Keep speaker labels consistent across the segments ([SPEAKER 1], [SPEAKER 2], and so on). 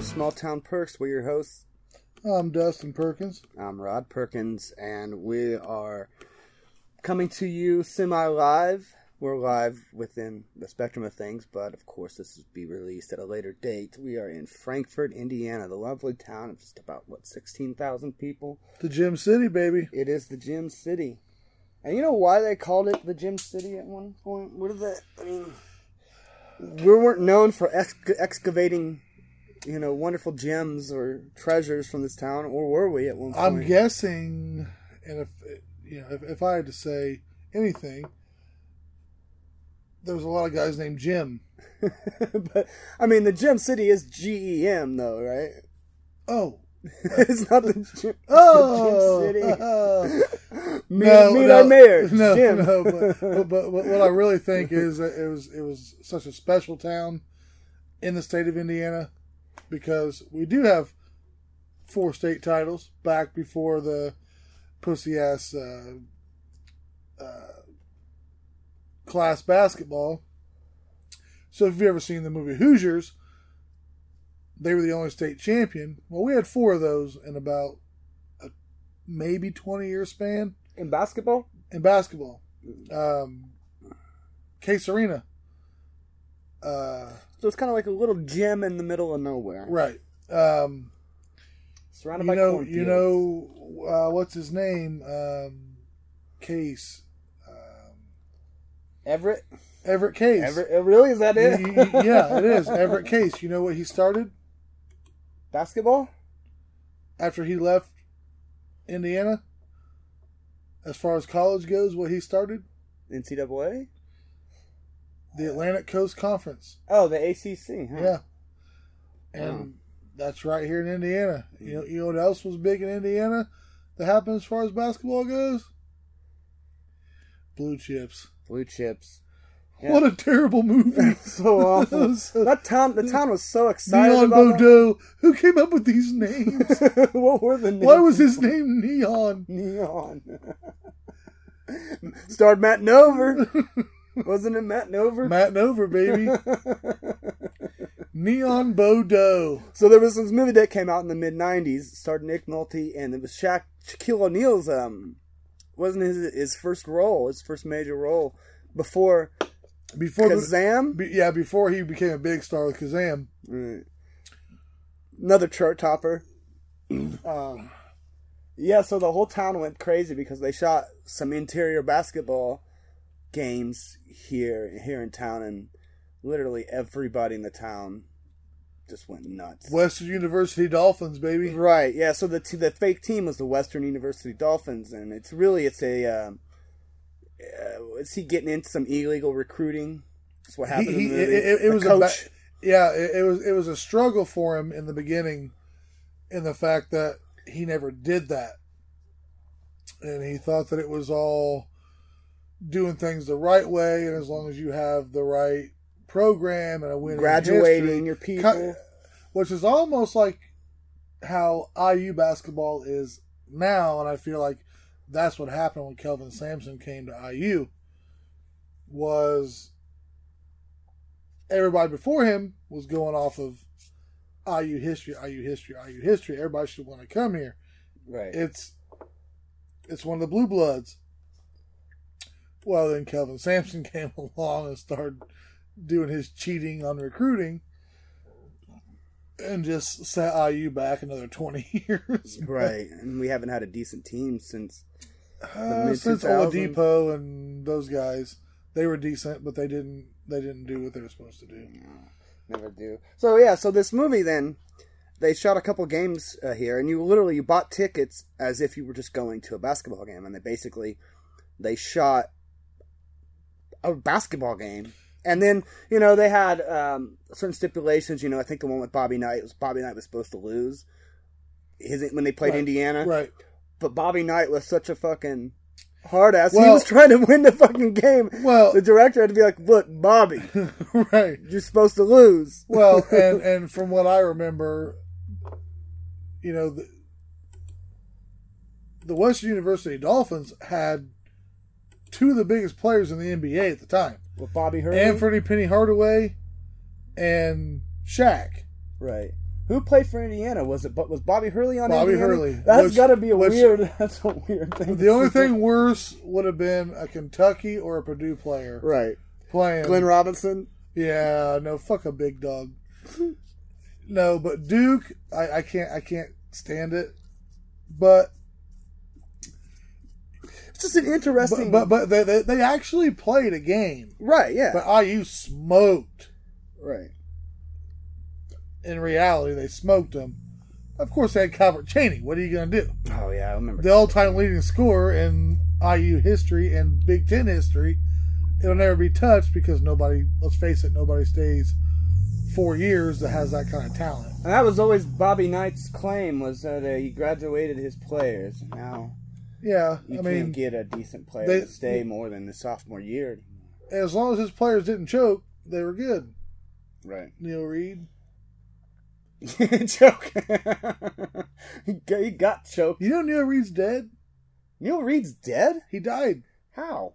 [SPEAKER 1] Small Town Perks. We're your hosts.
[SPEAKER 2] I'm Dustin Perkins.
[SPEAKER 1] I'm Rod Perkins, and we are coming to you semi live. We're live within the spectrum of things, but of course, this will be released at a later date. We are in Frankfort, Indiana, the lovely town of just about, what, 16,000 people?
[SPEAKER 2] The Gym City, baby.
[SPEAKER 1] It is the Gym City. And you know why they called it the Gym City at one point? What did that? I mean, we weren't known for ex- excavating, you know, wonderful gems or treasures from this town, or were we at one point?
[SPEAKER 2] I'm guessing, and if you know, if, if I had to say anything, there was a lot of guys named Jim.
[SPEAKER 1] but I mean, the Gem City is G E M though, right?
[SPEAKER 2] Oh,
[SPEAKER 1] it's not the Gem,
[SPEAKER 2] oh,
[SPEAKER 1] the Gem City.
[SPEAKER 2] oh.
[SPEAKER 1] Me, me and our mayor,
[SPEAKER 2] no,
[SPEAKER 1] Jim.
[SPEAKER 2] no, but, but, but what what I really think is that it was it was such a special town in the state of Indiana because we do have four state titles back before the pussy ass uh, uh, class basketball. So if you've ever seen the movie Hoosiers, they were the only state champion. Well, we had four of those in about a maybe twenty year span
[SPEAKER 1] In basketball,
[SPEAKER 2] in basketball. Um, Case Arena. Uh,
[SPEAKER 1] so it's kind of like a little gem in the middle of nowhere,
[SPEAKER 2] right. Um,
[SPEAKER 1] surrounded
[SPEAKER 2] you
[SPEAKER 1] by
[SPEAKER 2] know,
[SPEAKER 1] cornfields.
[SPEAKER 2] you know, uh, what's his name? Um, Case. Um,
[SPEAKER 1] Everett.
[SPEAKER 2] Everett Case.
[SPEAKER 1] Everett, it really is that
[SPEAKER 2] Y-
[SPEAKER 1] it?
[SPEAKER 2] y- y- yeah, it is. Everett Case. You know what he started
[SPEAKER 1] basketball.
[SPEAKER 2] after he left Indiana? As far as college goes, what he started?
[SPEAKER 1] NCAA?
[SPEAKER 2] The Atlantic Coast Conference.
[SPEAKER 1] Oh, the ACC. Huh?
[SPEAKER 2] Yeah. And that's right here in Indiana. You know, you know what else was big in Indiana that happened as far as basketball goes? Blue chips.
[SPEAKER 1] Blue chips. Yeah.
[SPEAKER 2] What a terrible movie.
[SPEAKER 1] so awful.
[SPEAKER 2] So-
[SPEAKER 1] that town, the town was so excited
[SPEAKER 2] Neon
[SPEAKER 1] about
[SPEAKER 2] Bordeaux. Who came up with these names?
[SPEAKER 1] that. what were the names?
[SPEAKER 2] Why was his name Neon?
[SPEAKER 1] neon? Starred Matt Nover. Wasn't it Matt Nover?
[SPEAKER 2] Matt Over, baby. Neon Bordeaux.
[SPEAKER 1] so there was this movie that came out in the mid '90s, starred Nick Nolte, and it was Shaq Shaquille O'Neal's. Um, wasn't his his first role, his first major role before
[SPEAKER 2] Before
[SPEAKER 1] Kazam?
[SPEAKER 2] be- yeah, before he became a big star with Kazam.
[SPEAKER 1] Right. Another chart topper. um, yeah, so the whole town went crazy because they shot some interior basketball games here here in town, and literally everybody in the town just went nuts.
[SPEAKER 2] Western University Dolphins, baby.
[SPEAKER 1] Right? Yeah. So the t- the fake team was the Western University Dolphins, and it's really it's a um, uh, is he getting into some illegal recruiting? That's what happened.
[SPEAKER 2] He-
[SPEAKER 1] in the
[SPEAKER 2] he-
[SPEAKER 1] movie.
[SPEAKER 2] it- it- it
[SPEAKER 1] The
[SPEAKER 2] was a
[SPEAKER 1] coach.
[SPEAKER 2] ba- yeah it, it was it was a struggle for him in the beginning in the fact that he never did that and he thought that it was all doing things the right way and as long as you have the right program and a winning
[SPEAKER 1] graduating
[SPEAKER 2] history,
[SPEAKER 1] your people.
[SPEAKER 2] Ki- which is almost like how IU basketball is now, and I feel like that's what happened when Kelvin Sampson came to IU. Was everybody before him was going off of IU history, IU history, IU history? Everybody should want to come here.
[SPEAKER 1] right.
[SPEAKER 2] It's it's one of the blue bloods. Well, then Kelvin Sampson came along and started doing his cheating on recruiting, and just set IU back another twenty years.
[SPEAKER 1] Right, and we haven't had a decent team since.
[SPEAKER 2] Uh,
[SPEAKER 1] mid-
[SPEAKER 2] since
[SPEAKER 1] 2000s.
[SPEAKER 2] Oladipo and those guys, they were decent, but they didn't they didn't do what they were supposed to do.
[SPEAKER 1] Never do. So yeah, so this movie then, they shot a couple games uh, here, and you literally you bought tickets as if you were just going to a basketball game, and they basically they shot a basketball game, and then you know they had um, certain stipulations. You know, I think the one with Bobby Knight was Bobby Knight was supposed to lose his when they played
[SPEAKER 2] Right.
[SPEAKER 1] Indiana,
[SPEAKER 2] Right?
[SPEAKER 1] but Bobby Knight was such a fucking hard ass. he
[SPEAKER 2] Well-
[SPEAKER 1] was trying to win the fucking game.
[SPEAKER 2] Well,
[SPEAKER 1] The director had to be like, "Look, Bobby,
[SPEAKER 2] right.
[SPEAKER 1] you're supposed to lose."
[SPEAKER 2] well, and and from what I remember, you know, the, the Western University Dolphins had two of the biggest players in the NBA at the time:
[SPEAKER 1] With Bobby Hurley,
[SPEAKER 2] Anthony Penny Hardaway and Shaq.
[SPEAKER 1] right? Who played for Indiana? Was it? But was Bobby Hurley on?
[SPEAKER 2] Bobby
[SPEAKER 1] Indiana?
[SPEAKER 2] Hurley,
[SPEAKER 1] That's
[SPEAKER 2] which-
[SPEAKER 1] got to be a
[SPEAKER 2] which-
[SPEAKER 1] weird. That's a weird thing.
[SPEAKER 2] The only thing worse would have been a Kentucky or a Purdue player
[SPEAKER 1] right?
[SPEAKER 2] playing.
[SPEAKER 1] Glenn Robinson.
[SPEAKER 2] Yeah, no, fuck a big dog. No, but Duke, I, I can't, I can't stand it. But
[SPEAKER 1] It's just an
[SPEAKER 2] but
[SPEAKER 1] interesting.
[SPEAKER 2] but, but they, they they actually played a game,
[SPEAKER 1] right, yeah,
[SPEAKER 2] but IU smoked.
[SPEAKER 1] right.
[SPEAKER 2] In reality, they smoked them. Of course, they had Calvert Cheney. What are you gonna do?
[SPEAKER 1] Oh yeah, I remember.
[SPEAKER 2] The all-time leading scorer in IU history and Big Ten history. It'll never be touched because nobody. Let's face it, nobody stays four years that has that kind of talent.
[SPEAKER 1] And that was always Bobby Knight's claim was that uh, he graduated his players. Now
[SPEAKER 2] Yeah,
[SPEAKER 1] you
[SPEAKER 2] I
[SPEAKER 1] can't
[SPEAKER 2] mean,
[SPEAKER 1] get a decent player
[SPEAKER 2] they-
[SPEAKER 1] to stay more than the sophomore year.
[SPEAKER 2] as long as his players didn't choke, they were good.
[SPEAKER 1] Right.
[SPEAKER 2] Neil Reed,
[SPEAKER 1] Choke. he got- he got choked.
[SPEAKER 2] you know Neil Reed's dead.
[SPEAKER 1] Neil Reed's dead.
[SPEAKER 2] He died
[SPEAKER 1] How?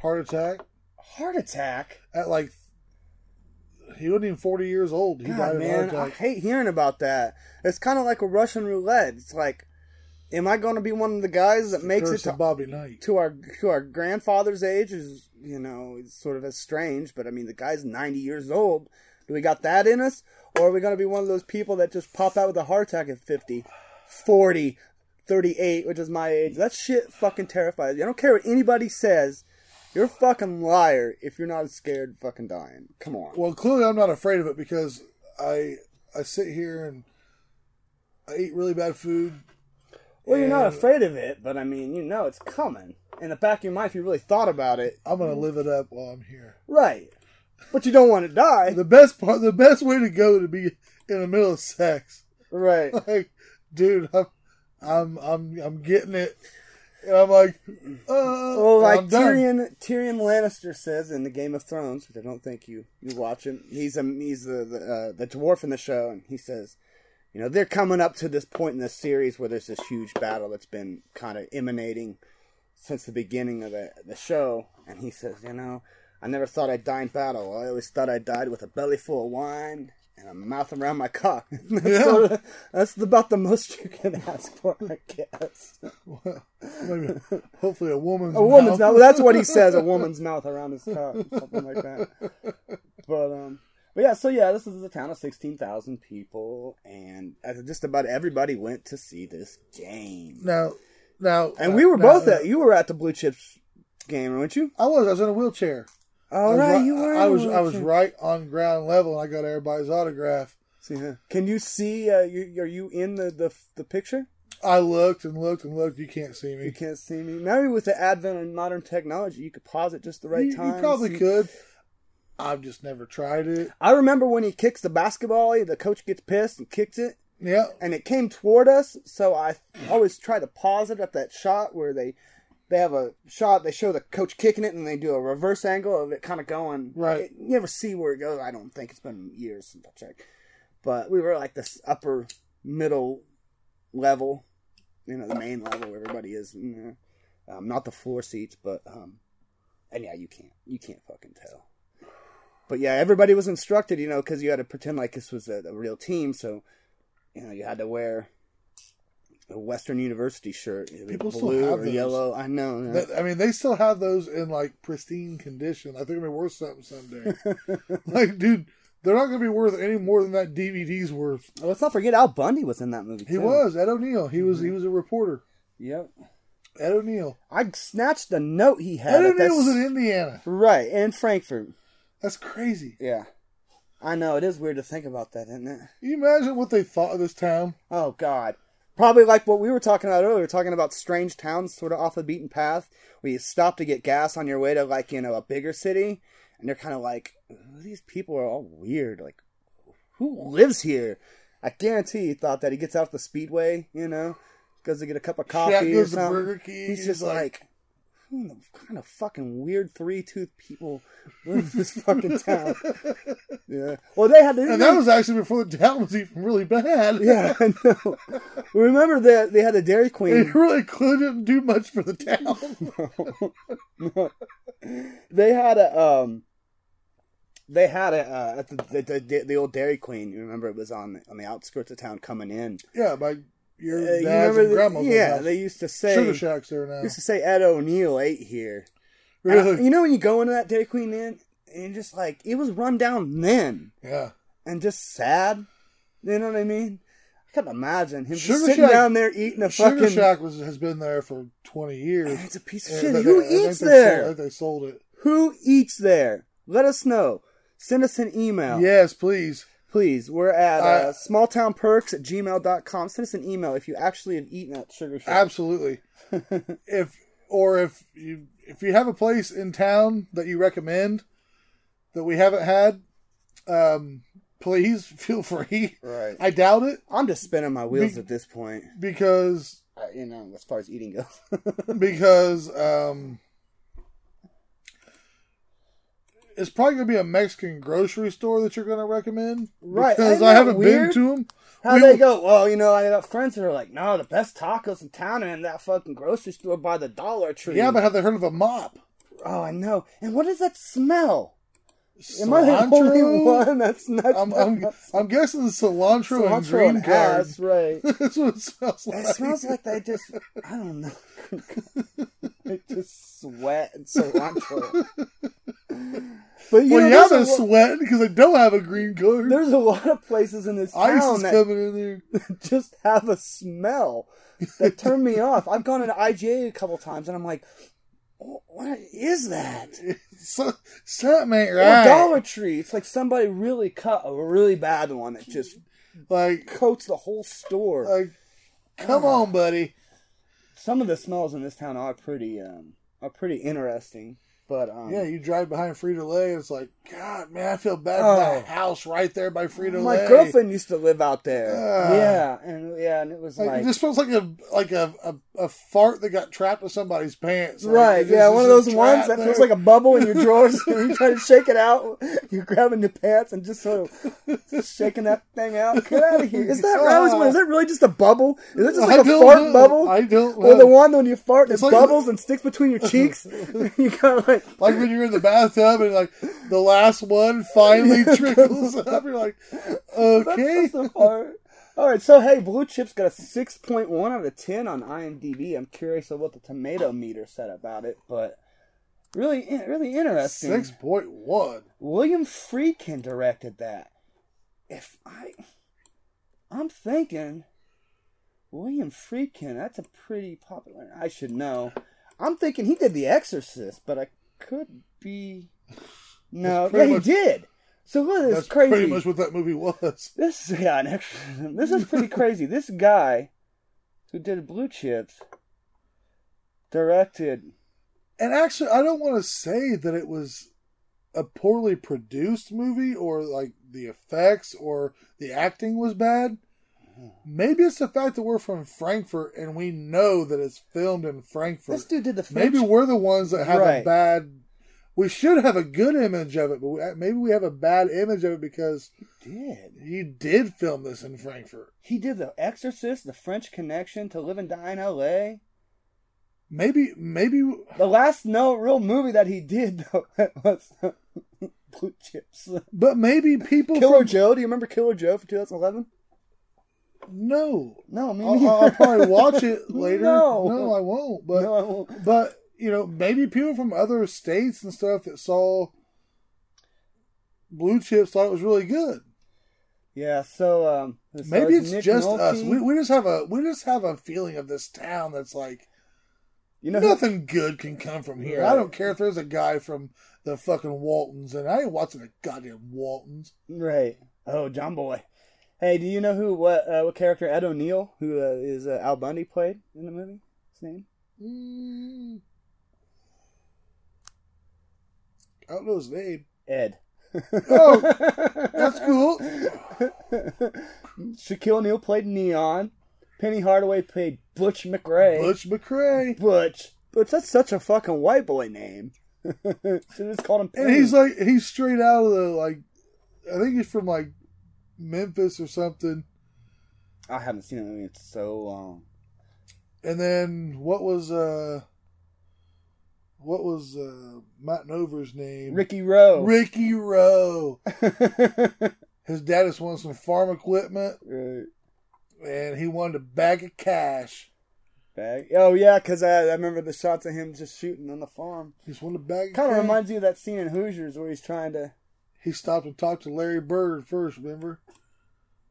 [SPEAKER 2] heart attack
[SPEAKER 1] Heart attack.
[SPEAKER 2] at like he wasn't even forty years old. He died
[SPEAKER 1] God,
[SPEAKER 2] of
[SPEAKER 1] man, I
[SPEAKER 2] heart attack.
[SPEAKER 1] hate hearing about that. It's kind of like a Russian roulette. It's like, am I going to be one of the guys that makes it
[SPEAKER 2] Curse
[SPEAKER 1] to
[SPEAKER 2] of Bobby Knight.
[SPEAKER 1] to our to our grandfather's age is you know it's sort of strange, but I mean the guy's ninety years old. Do we got that in us, or are we gonna be one of those people that just pop out with a heart attack at 50, 40, 38, which is my age? That shit fucking terrifies me. I don't care what anybody says. You're a fucking liar if you're not scared of fucking dying. Come on.
[SPEAKER 2] Well, clearly I'm not afraid of it because I I sit here and I eat really bad food.
[SPEAKER 1] Well, you're not
[SPEAKER 2] and
[SPEAKER 1] afraid of it, but I mean, you know it's coming. In the back of your mind, if you really thought about it,
[SPEAKER 2] I'm gonna live it up while I'm here.
[SPEAKER 1] right. But you don't want to die.
[SPEAKER 2] The best part, the best way to go to be in the middle of sex.
[SPEAKER 1] Right.
[SPEAKER 2] like, dude, I'm, I'm, I'm, I'm getting it. And I'm like, uh,
[SPEAKER 1] Well,
[SPEAKER 2] oh,
[SPEAKER 1] like
[SPEAKER 2] I'm done.
[SPEAKER 1] Tyrion, Tyrion Lannister says in the Game of Thrones, which I don't think you you watch him. He's a he's the the, uh, the dwarf in the show, and he says, you know, they're coming up to this point in the series where there's this huge battle that's been kind of emanating since the beginning of the the show, and he says, you know, I never thought I'd die in battle. I always thought I died with a belly full of wine. And a mouth around my cock. that's,
[SPEAKER 2] Yeah.
[SPEAKER 1] sort of- that's about the most you can ask for, I guess.
[SPEAKER 2] Maybe- hopefully, a woman's
[SPEAKER 1] A woman's
[SPEAKER 2] mouth.
[SPEAKER 1] mouth. That's what he says. A woman's mouth around his cock, something like that. But um, but yeah. So yeah, this is a town of sixteen thousand people, and as- just about everybody went to see this game.
[SPEAKER 2] Now, now,
[SPEAKER 1] And we were
[SPEAKER 2] now-
[SPEAKER 1] both at. You were at the Blue Chips game, weren't you?
[SPEAKER 2] I was. I was in a wheelchair. I
[SPEAKER 1] All
[SPEAKER 2] was
[SPEAKER 1] right,
[SPEAKER 2] right-
[SPEAKER 1] you were.
[SPEAKER 2] I
[SPEAKER 1] in
[SPEAKER 2] was.
[SPEAKER 1] the
[SPEAKER 2] I was
[SPEAKER 1] wheelchair.
[SPEAKER 2] right on ground level, and I got everybody's autograph.
[SPEAKER 1] See, huh? Can you see? Uh, you, are you in the, the the picture?
[SPEAKER 2] I looked and looked and looked. You can't see
[SPEAKER 1] You
[SPEAKER 2] me.
[SPEAKER 1] can't see me. Maybe with the advent of modern technology, you could pause it just the right
[SPEAKER 2] you,
[SPEAKER 1] time.
[SPEAKER 2] you probably
[SPEAKER 1] see-
[SPEAKER 2] could. I've just never tried it.
[SPEAKER 1] I remember when he kicks the basketball, the coach gets pissed and kicks it.
[SPEAKER 2] Yeah,
[SPEAKER 1] and it came toward us. So I always try to pause it at that shot where they they have a shot. They show the coach kicking it, and they do a reverse angle of it kind of going.
[SPEAKER 2] Right.
[SPEAKER 1] It- you never see where it goes. I don't think it's been years since I checked, but we were like this upper middle level, you know, the main level where everybody is. You know, um, not the floor seats, but um, and yeah, you can't you can't fucking tell. But yeah, everybody was instructed, you know, because you had to pretend like this was a, a real team. So, you know, you had to wear a Western University shirt, either
[SPEAKER 2] People still
[SPEAKER 1] blue
[SPEAKER 2] have
[SPEAKER 1] or
[SPEAKER 2] those.
[SPEAKER 1] yellow. I know. yeah.
[SPEAKER 2] That- I mean, they still have those in like pristine condition. I think it'll be worth something someday. like, dude, they're not going to be worth any more than that DVD's worth.
[SPEAKER 1] Well, let's not forget Al Bundy was in that movie.
[SPEAKER 2] He
[SPEAKER 1] too.
[SPEAKER 2] was Ed O'Neill. He was
[SPEAKER 1] Mm-hmm.
[SPEAKER 2] he was a reporter.
[SPEAKER 1] Yep.
[SPEAKER 2] Ed O'Neill.
[SPEAKER 1] I snatched a note he
[SPEAKER 2] Ed
[SPEAKER 1] had. at that
[SPEAKER 2] O'Neill was
[SPEAKER 1] s-
[SPEAKER 2] in Indiana.
[SPEAKER 1] right in Frankfurt.
[SPEAKER 2] That's crazy.
[SPEAKER 1] Yeah. I know it is weird to think about that, isn't it?
[SPEAKER 2] Can you imagine what they thought of this town?
[SPEAKER 1] Oh God. Probably like what we were talking about earlier, talking about strange towns sort of off the beaten path, where you stop to get gas on your way to like, you know, a bigger city, and they're kinda like, "Ooh, these people are all weird. Like who lives here? I guarantee he thought that he gets out the speedway, you know, goes to get a cup of coffee.
[SPEAKER 2] Jack
[SPEAKER 1] or
[SPEAKER 2] goes to
[SPEAKER 1] something.
[SPEAKER 2] Burger King.
[SPEAKER 1] He's just like, who in the kind of fucking weird three tooth people live in this fucking town? yeah. Well, they had. They
[SPEAKER 2] and that was actually before the town was even really bad.
[SPEAKER 1] yeah, I know. Remember that they had a Dairy
[SPEAKER 2] It
[SPEAKER 1] Queen.
[SPEAKER 2] really couldn't do much for the town.
[SPEAKER 1] they had a um. they had a uh, at the, the, the the old Dairy Queen. You remember it was on on the outskirts of town coming in.
[SPEAKER 2] Yeah, by your
[SPEAKER 1] Uh, you
[SPEAKER 2] dad's
[SPEAKER 1] remember
[SPEAKER 2] and
[SPEAKER 1] the-
[SPEAKER 2] grandma's. old
[SPEAKER 1] yeah,
[SPEAKER 2] house.
[SPEAKER 1] they used to say
[SPEAKER 2] Sugar Shack's there now.
[SPEAKER 1] used to say Ed O'Neill ate here. And I-
[SPEAKER 2] Really?
[SPEAKER 1] you know when you go into that Dairy Queen Inn and you're just like it was run down then
[SPEAKER 2] Yeah.
[SPEAKER 1] and just sad. You know what I mean? I couldn't imagine him just
[SPEAKER 2] Sugar
[SPEAKER 1] sitting
[SPEAKER 2] Shack-
[SPEAKER 1] down there eating a
[SPEAKER 2] Sugar
[SPEAKER 1] fucking.
[SPEAKER 2] Shack was, has been there for 20 years.
[SPEAKER 1] It's a piece of
[SPEAKER 2] And
[SPEAKER 1] shit.
[SPEAKER 2] they-
[SPEAKER 1] Who
[SPEAKER 2] I think
[SPEAKER 1] eats
[SPEAKER 2] they sold- I
[SPEAKER 1] there?
[SPEAKER 2] think they sold it.
[SPEAKER 1] Who eats there? Let us know. Send us an email.
[SPEAKER 2] Yes, please.
[SPEAKER 1] Please, we're at uh,
[SPEAKER 2] Uh,
[SPEAKER 1] smalltownperks at gmail.com. Send us an email if you actually have eaten at Sugar Shack.
[SPEAKER 2] Absolutely. if or if you if you have a place in town that you recommend that we haven't had, um, please feel free.
[SPEAKER 1] right.
[SPEAKER 2] I doubt it
[SPEAKER 1] I'm just spinning my wheels
[SPEAKER 2] Be-
[SPEAKER 1] at this point,
[SPEAKER 2] because
[SPEAKER 1] uh, you know, as far as eating goes.
[SPEAKER 2] because um, it's probably gonna be a Mexican grocery store that you're gonna recommend.
[SPEAKER 1] Right.
[SPEAKER 2] Because
[SPEAKER 1] Isn't
[SPEAKER 2] I
[SPEAKER 1] that
[SPEAKER 2] haven't been
[SPEAKER 1] weird?
[SPEAKER 2] to them.
[SPEAKER 1] How
[SPEAKER 2] We
[SPEAKER 1] they
[SPEAKER 2] were-
[SPEAKER 1] go? Well, you know, I got friends that are like, no, the best tacos in town are in that fucking grocery store by the Dollar Tree.
[SPEAKER 2] Yeah, but have they heard of a mop?
[SPEAKER 1] oh, I know. And what is that smell? Am I the only
[SPEAKER 2] Cilantro.
[SPEAKER 1] one that's not?
[SPEAKER 2] I'm, I'm, I'm guessing cilantro, and
[SPEAKER 1] Cilantro
[SPEAKER 2] green
[SPEAKER 1] and
[SPEAKER 2] card.
[SPEAKER 1] ass, right?
[SPEAKER 2] That's what it smells like.
[SPEAKER 1] It smells like they just, I don't know. they just sweat and cilantro. But you
[SPEAKER 2] well,
[SPEAKER 1] know,
[SPEAKER 2] yeah, they're
[SPEAKER 1] there's, a, lo-
[SPEAKER 2] sweating because they don't have a green card.
[SPEAKER 1] there's a lot of places in this
[SPEAKER 2] Ice
[SPEAKER 1] town
[SPEAKER 2] is
[SPEAKER 1] that
[SPEAKER 2] coming in there.
[SPEAKER 1] just have a smell that turned me off. I've gone into IGA a couple times and I'm like, "Wh- what is that?
[SPEAKER 2] So, something ain't
[SPEAKER 1] Or
[SPEAKER 2] right.
[SPEAKER 1] Dollar Tree. It's like somebody really cut a really bad one that just
[SPEAKER 2] Like,
[SPEAKER 1] coats the whole store.
[SPEAKER 2] like, come
[SPEAKER 1] Uh-huh.
[SPEAKER 2] on, buddy.
[SPEAKER 1] Some of the smells in this town are pretty um are pretty interesting. But um
[SPEAKER 2] Yeah, you drive behind Frito Lay, it's like, God, man, I feel bad for
[SPEAKER 1] Oh.
[SPEAKER 2] that house right there by Frito
[SPEAKER 1] my
[SPEAKER 2] Lay.
[SPEAKER 1] girlfriend used to live out there.
[SPEAKER 2] Ah.
[SPEAKER 1] yeah, and yeah, and it was
[SPEAKER 2] Like,
[SPEAKER 1] like,
[SPEAKER 2] it just smells like a like a, a, a fart that got trapped in somebody's pants. Like,
[SPEAKER 1] right,
[SPEAKER 2] it just-
[SPEAKER 1] yeah, one of
[SPEAKER 2] it's
[SPEAKER 1] those
[SPEAKER 2] just
[SPEAKER 1] ones
[SPEAKER 2] trapped
[SPEAKER 1] that feels
[SPEAKER 2] there.
[SPEAKER 1] like a bubble in your drawers. and you try to shake it out. You're grabbing your pants and just sort of shaking that thing out. Get out of here! Is that I always wonder, Is that really just a bubble? Is it just
[SPEAKER 2] I
[SPEAKER 1] like a
[SPEAKER 2] don't
[SPEAKER 1] fart
[SPEAKER 2] know.
[SPEAKER 1] bubble?
[SPEAKER 2] I don't know.
[SPEAKER 1] Or the one when you fart and
[SPEAKER 2] It's
[SPEAKER 1] it
[SPEAKER 2] like-
[SPEAKER 1] bubbles and sticks between your cheeks. you kind of like,
[SPEAKER 2] Like when you're in the bathtub and like the last one finally trickles up, you're like, okay.
[SPEAKER 1] That's the part. All right, so hey, Blue Chip's got a 6.1 out of 10 on IMDb. I'm curious of what the tomato meter said about it, but really, in- really interesting.
[SPEAKER 2] Six point one.
[SPEAKER 1] William Friedkin directed that. If I, I'm thinking, William Friedkin. That's a pretty popular. I should know. I'm thinking he did The Exorcist, but I could be. No,
[SPEAKER 2] That's
[SPEAKER 1] yeah,
[SPEAKER 2] pretty
[SPEAKER 1] he
[SPEAKER 2] much-
[SPEAKER 1] did. So look, at
[SPEAKER 2] That's
[SPEAKER 1] this crazy.
[SPEAKER 2] pretty much what that movie was.
[SPEAKER 1] This is yeah, an exorcism. This is pretty crazy. This guy who did Blue Chips directed.
[SPEAKER 2] And actually, I don't want to say that it was a poorly produced movie or like the effects or the acting was bad.
[SPEAKER 1] Mm-hmm.
[SPEAKER 2] Maybe it's the fact that we're from Frankfurt and we know that it's filmed in Frankfurt.
[SPEAKER 1] This dude did the French.
[SPEAKER 2] Maybe we're the ones that have a
[SPEAKER 1] Right.
[SPEAKER 2] bad. We should have a good image of it, but we, maybe we have a bad image of it because
[SPEAKER 1] did.
[SPEAKER 2] you did film this in Frankfurt.
[SPEAKER 1] He did The Exorcist, The French Connection, To Live and Die in L.A.
[SPEAKER 2] Maybe, maybe
[SPEAKER 1] The last no real movie that he did though was Blue Chips.
[SPEAKER 2] But maybe people
[SPEAKER 1] Killer
[SPEAKER 2] from
[SPEAKER 1] Joe. Do you remember Killer Joe from 2011?
[SPEAKER 2] no.
[SPEAKER 1] No, me
[SPEAKER 2] I'll,
[SPEAKER 1] neither.
[SPEAKER 2] I'll probably watch it later.
[SPEAKER 1] No.
[SPEAKER 2] I won't. But
[SPEAKER 1] No, I won't.
[SPEAKER 2] but you know, maybe people from other states and stuff that saw Blue Chips thought it was really good.
[SPEAKER 1] Yeah. So um, it
[SPEAKER 2] Maybe
[SPEAKER 1] stars
[SPEAKER 2] it's
[SPEAKER 1] Nick
[SPEAKER 2] just
[SPEAKER 1] Nolte.
[SPEAKER 2] us. We, we just have a we just have a feeling of this town that's like
[SPEAKER 1] you know, who-
[SPEAKER 2] nothing good can come from here. I
[SPEAKER 1] Right.
[SPEAKER 2] don't care if there's a guy from the fucking Waltons, and I ain't watching the goddamn Waltons.
[SPEAKER 1] Right. Oh, John Boy. Hey, do you know who what uh, what character Ed O'Neill, who uh, is uh, Al Bundy, played in the movie? His name?
[SPEAKER 2] Mm. I don't know his name.
[SPEAKER 1] Ed.
[SPEAKER 2] Oh, That's cool.
[SPEAKER 1] Shaquille O'Neal played Neon. Penny Hardaway played Butch McRae.
[SPEAKER 2] Butch McRae.
[SPEAKER 1] Butch. Butch. That's such a fucking white boy name. Should just called him.
[SPEAKER 2] And
[SPEAKER 1] Penny.
[SPEAKER 2] he's like, he's straight out of the, like, I think he's from, like, Memphis or something.
[SPEAKER 1] I haven't seen that movie in so long.
[SPEAKER 2] And then what was, uh, what was uh, Matt Nover's name?
[SPEAKER 1] Ricky Rowe.
[SPEAKER 2] Ricky Rowe. His dad just wanted some farm equipment,
[SPEAKER 1] right.
[SPEAKER 2] and he wanted a bag of cash.
[SPEAKER 1] Back. Oh yeah, because I, I remember the shots of him just shooting on the farm.
[SPEAKER 2] He just wanted a bag. Of
[SPEAKER 1] Kind of
[SPEAKER 2] cash.
[SPEAKER 1] reminds you of that scene in Hoosiers where he's trying to.
[SPEAKER 2] He stopped and talked to Larry Bird first. Remember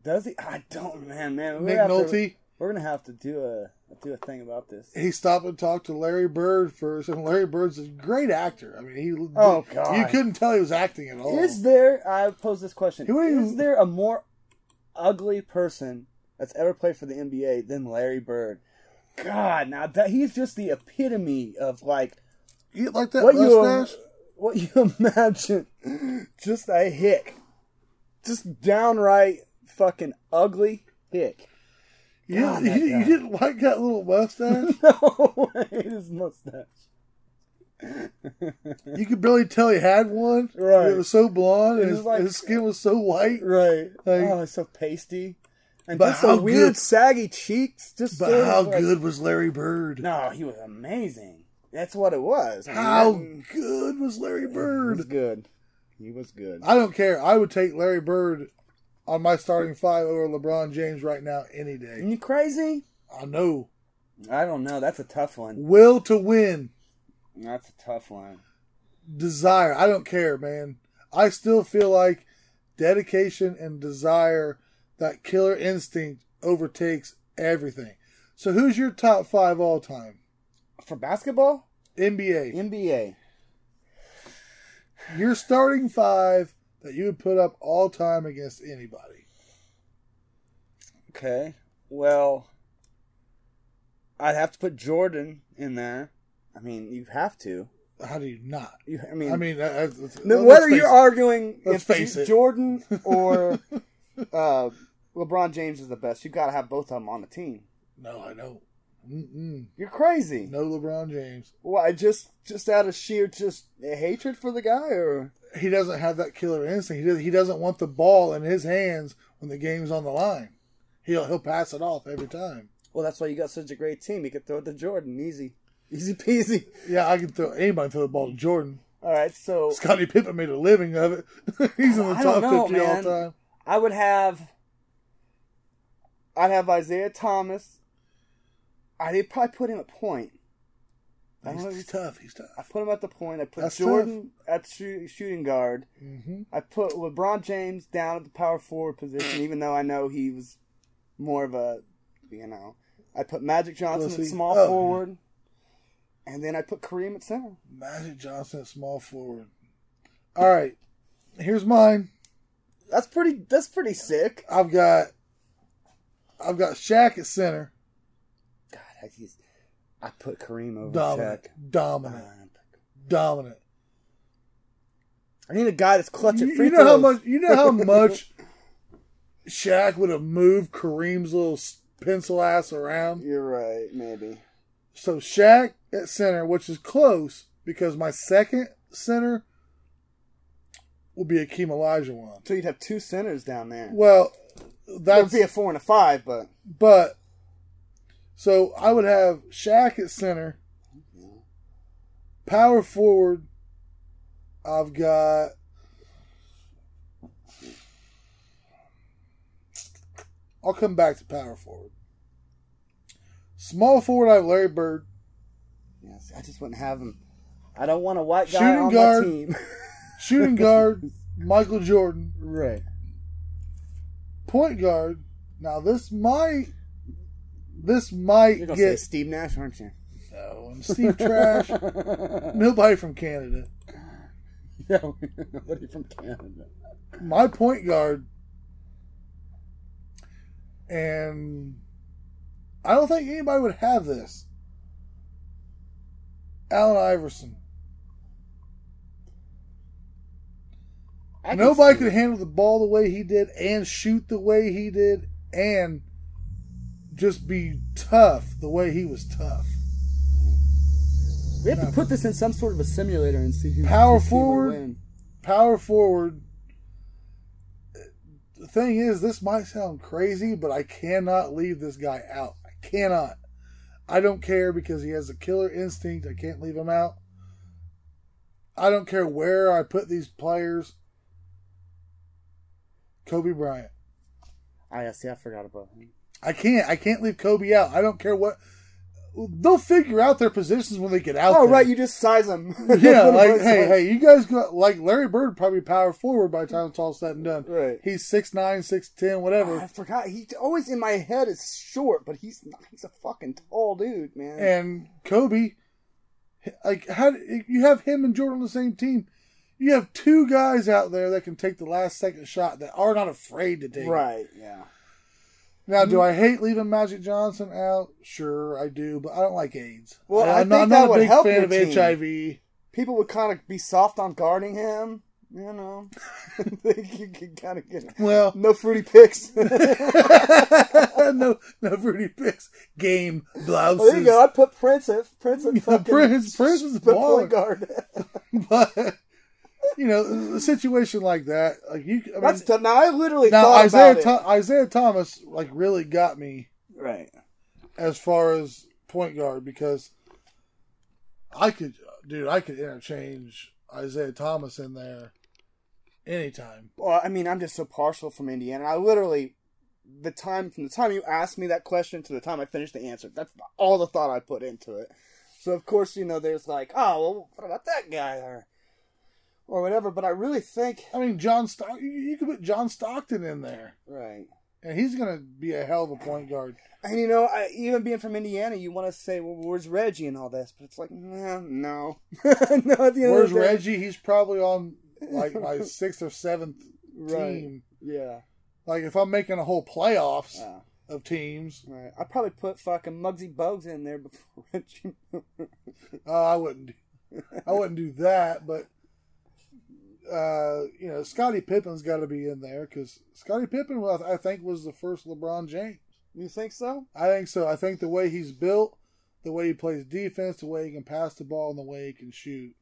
[SPEAKER 1] Does he? I don't, man, man.
[SPEAKER 2] Nick
[SPEAKER 1] gonna have to-
[SPEAKER 2] Nolte?
[SPEAKER 1] we're gonna have to do a do a thing about this.
[SPEAKER 2] He stopped and talked to Larry Bird first, and Larry Bird's a great actor. I mean, he
[SPEAKER 1] Oh, God.
[SPEAKER 2] you couldn't tell he was acting at all.
[SPEAKER 1] Is there? I pose this question:
[SPEAKER 2] Who are you-
[SPEAKER 1] Is there a more ugly person that's ever played for the NBA than Larry Bird? God, now that he's just the epitome of like
[SPEAKER 2] you um, like that
[SPEAKER 1] what
[SPEAKER 2] mustache?
[SPEAKER 1] you what you imagine just a hick just downright fucking ugly hick
[SPEAKER 2] You,
[SPEAKER 1] God,
[SPEAKER 2] you,
[SPEAKER 1] that
[SPEAKER 2] you
[SPEAKER 1] guy.
[SPEAKER 2] didn't like that little mustache?
[SPEAKER 1] no way his mustache
[SPEAKER 2] you could barely tell he had one.
[SPEAKER 1] Right.
[SPEAKER 2] It was so blonde, and
[SPEAKER 1] It was
[SPEAKER 2] his,
[SPEAKER 1] like-
[SPEAKER 2] his skin was so white.
[SPEAKER 1] right
[SPEAKER 2] Like-
[SPEAKER 1] oh it's so pasty and
[SPEAKER 2] But
[SPEAKER 1] just the
[SPEAKER 2] how
[SPEAKER 1] weird
[SPEAKER 2] good-
[SPEAKER 1] saggy cheeks just
[SPEAKER 2] But
[SPEAKER 1] sort of
[SPEAKER 2] how
[SPEAKER 1] like-
[SPEAKER 2] good was Larry Bird?
[SPEAKER 1] no he was amazing that's what it was I mean,
[SPEAKER 2] How
[SPEAKER 1] that-
[SPEAKER 2] good was Larry
[SPEAKER 1] he was
[SPEAKER 2] Bird?
[SPEAKER 1] good he was good
[SPEAKER 2] I don't care. I would take Larry Bird on my starting five over LeBron James right now any
[SPEAKER 1] are
[SPEAKER 2] day.
[SPEAKER 1] you crazy
[SPEAKER 2] I know.
[SPEAKER 1] i don't know that's a tough one
[SPEAKER 2] Will to win,
[SPEAKER 1] that's a tough one
[SPEAKER 2] desire. I don't care, man. I still feel like dedication and desire, that killer instinct, overtakes everything. So, who's your top five all time?
[SPEAKER 1] for basketball
[SPEAKER 2] NBA.
[SPEAKER 1] nba
[SPEAKER 2] Your starting five that you would put up all time against anybody.
[SPEAKER 1] Okay. Well, I'd have to put Jordan in there. I mean, you have to.
[SPEAKER 2] How do you not?
[SPEAKER 1] You, I mean,
[SPEAKER 2] I mean, that- that's- that's-
[SPEAKER 1] no-
[SPEAKER 2] let's
[SPEAKER 1] whether
[SPEAKER 2] face
[SPEAKER 1] you're
[SPEAKER 2] it.
[SPEAKER 1] arguing
[SPEAKER 2] Let's
[SPEAKER 1] if
[SPEAKER 2] face
[SPEAKER 1] J-
[SPEAKER 2] it.
[SPEAKER 1] Jordan or uh, LeBron James is the best, you got to have both of them on the team.
[SPEAKER 2] No, I don't. Mm-mm.
[SPEAKER 1] You're crazy.
[SPEAKER 2] No, LeBron James.
[SPEAKER 1] Why? Just just out of sheer just hatred for the guy, or
[SPEAKER 2] He doesn't have that killer instinct. He doesn't, he doesn't want the ball in his hands when the game's on the line. He'll he'll pass it off every time.
[SPEAKER 1] well, that's why you got such a great team. You could throw it to Jordan, easy, easy peasy.
[SPEAKER 2] Yeah, I can throw anybody can throw the ball to Jordan.
[SPEAKER 1] All right, so
[SPEAKER 2] Scottie Pippen made a living of it. He's in the
[SPEAKER 1] I don't
[SPEAKER 2] top
[SPEAKER 1] know,
[SPEAKER 2] fifty all
[SPEAKER 1] man.
[SPEAKER 2] time.
[SPEAKER 1] I would have. I'd have Isaiah Thomas. I'd probably put him at point. I don't know
[SPEAKER 2] He's,
[SPEAKER 1] if
[SPEAKER 2] he's tough. He's tough.
[SPEAKER 1] I put him at the point. I put
[SPEAKER 2] That's
[SPEAKER 1] Jordan at shoo- shooting guard.
[SPEAKER 2] hmm
[SPEAKER 1] I put LeBron James down at the power forward position, even though I know he was more of a, you know. I put Magic Johnson
[SPEAKER 2] Pussy.
[SPEAKER 1] at small
[SPEAKER 2] Oh, yeah.
[SPEAKER 1] forward, and then I put Kareem at center.
[SPEAKER 2] Magic Johnson, small forward. All right, here's mine.
[SPEAKER 1] That's pretty. That's pretty sick.
[SPEAKER 2] I've got, I've got Shaq at center.
[SPEAKER 1] God, I, just, I put Kareem over
[SPEAKER 2] Dominant,
[SPEAKER 1] Oh, Shaq.
[SPEAKER 2] dominant,
[SPEAKER 1] Uh,
[SPEAKER 2] dominant.
[SPEAKER 1] I need a guy that's clutch at
[SPEAKER 2] You,
[SPEAKER 1] free
[SPEAKER 2] you know how
[SPEAKER 1] throws.
[SPEAKER 2] much you know how much Shaq would have moved Kareem's little s- pencil ass around.
[SPEAKER 1] You're right, maybe.
[SPEAKER 2] So Shaq at center, which is close because my second center will be Akeem Olajuwon.
[SPEAKER 1] So you'd have two centers down there.
[SPEAKER 2] Well,
[SPEAKER 1] That would
[SPEAKER 2] that's
[SPEAKER 1] be a four and a five, but
[SPEAKER 2] but so I would have Shaq at center, power forward. I've got I'll come back to power forward. Small forward, I have Larry Bird.
[SPEAKER 1] yes, I just wouldn't have him. I don't want a white guy
[SPEAKER 2] Shooting
[SPEAKER 1] on
[SPEAKER 2] guard.
[SPEAKER 1] my team.
[SPEAKER 2] Shooting guard, Michael Jordan.
[SPEAKER 1] right.
[SPEAKER 2] Point guard. Now this might, this might
[SPEAKER 1] You're gonna say
[SPEAKER 2] get
[SPEAKER 1] Steve Nash, aren't you?
[SPEAKER 2] no. And Steve Trash. Nobody from Canada.
[SPEAKER 1] No, nobody from Canada.
[SPEAKER 2] my point guard, and I don't think anybody would have this. Allen Iverson.
[SPEAKER 1] I can
[SPEAKER 2] Nobody
[SPEAKER 1] see
[SPEAKER 2] could handle the ball the way he did, and shoot the way he did, and just be tough the way he was tough.
[SPEAKER 1] it. We have to put this in some sort of a simulator and see who
[SPEAKER 2] Power
[SPEAKER 1] to see who would
[SPEAKER 2] forward.
[SPEAKER 1] win.
[SPEAKER 2] Power forward. The thing is, this might sound crazy, but I cannot leave this guy out. I cannot. I don't care because he has a killer instinct. I can't leave him out. I don't care where I put these players. Kobe Bryant.
[SPEAKER 1] Ah,
[SPEAKER 3] I yeah, see. I forgot about him.
[SPEAKER 2] I can't. I can't leave Kobe out. I don't care what. They'll figure out their positions when they get out.
[SPEAKER 1] Oh
[SPEAKER 2] there.
[SPEAKER 1] right, you just size them.
[SPEAKER 2] yeah, like hey, hey, you guys got like Larry Bird probably power forward by the time it's all said and done.
[SPEAKER 1] Right. Ah,
[SPEAKER 2] He's six nine, six ten,
[SPEAKER 1] I
[SPEAKER 2] whatever.
[SPEAKER 1] forgot. He always in my head is short, but he's not, he's a fucking tall dude, man.
[SPEAKER 2] And Kobe, like how do- you have him and Jordan on the same team? You have two guys out there that can take the last second shot that are not afraid to take. it.
[SPEAKER 1] right? Mm-hmm. Yeah.
[SPEAKER 2] Now, do I hate leaving Magic Johnson out? Sure, I do, but I don't like AIDS.
[SPEAKER 1] Well,
[SPEAKER 2] And
[SPEAKER 1] I
[SPEAKER 2] I'm not,
[SPEAKER 1] think
[SPEAKER 2] I'm
[SPEAKER 1] that
[SPEAKER 2] not a
[SPEAKER 1] would
[SPEAKER 2] big
[SPEAKER 1] help
[SPEAKER 2] fan
[SPEAKER 1] your
[SPEAKER 2] of
[SPEAKER 1] team.
[SPEAKER 2] HIV.
[SPEAKER 1] People would kind of be soft on guarding him. You know, I think you can kind of get
[SPEAKER 2] Well,
[SPEAKER 1] no fruity picks.
[SPEAKER 2] no, no fruity picks. Game blouses.
[SPEAKER 1] Well, there you go. I put Prince at Prince at fucking
[SPEAKER 2] Prince- Prince is a
[SPEAKER 1] but
[SPEAKER 2] baller.
[SPEAKER 1] point guard.
[SPEAKER 2] But you know, a situation like that, like you, I mean,
[SPEAKER 1] That's t- now I literally
[SPEAKER 2] now
[SPEAKER 1] thought
[SPEAKER 2] Isaiah
[SPEAKER 1] about
[SPEAKER 2] Tho- Isaiah Thomas like really got me
[SPEAKER 1] it. Right.
[SPEAKER 2] as far as point guard because I could, dude, I could interchange Isaiah Thomas in there anytime.
[SPEAKER 1] Well, I mean, I'm just so partial from Indiana. I literally, the time from the time you asked me that question to the time I finished the answer, that's all the thought I put into it. So of course, you know, there's like, oh, well, what about that guy or or whatever. But I really think,
[SPEAKER 2] I mean, John Stock, you, you could put John Stockton in there,
[SPEAKER 1] right.
[SPEAKER 2] and he's gonna be a hell of a point guard.
[SPEAKER 1] And you know, I, even being from Indiana, you want to say, well, where's Reggie and all this? But it's like, nah, no, no. At the end of the
[SPEAKER 2] Where's
[SPEAKER 1] day-
[SPEAKER 2] Reggie? He's probably on like my sixth or seventh
[SPEAKER 1] Right.
[SPEAKER 2] team.
[SPEAKER 1] Yeah.
[SPEAKER 2] Like if I'm making a whole playoffs
[SPEAKER 1] Uh,
[SPEAKER 2] of teams,
[SPEAKER 1] right. I probably put fucking Muggsy Bogues in there before Reggie.
[SPEAKER 2] uh, I wouldn't. do- I wouldn't do that, but uh, you know, Scottie Pippen's got to be in there because Scottie Pippen, well, I think, was the first LeBron James.
[SPEAKER 1] you think so?
[SPEAKER 2] I think so. I think the way he's built, the way he plays defense, the way he can pass the ball, and the way he can shoot.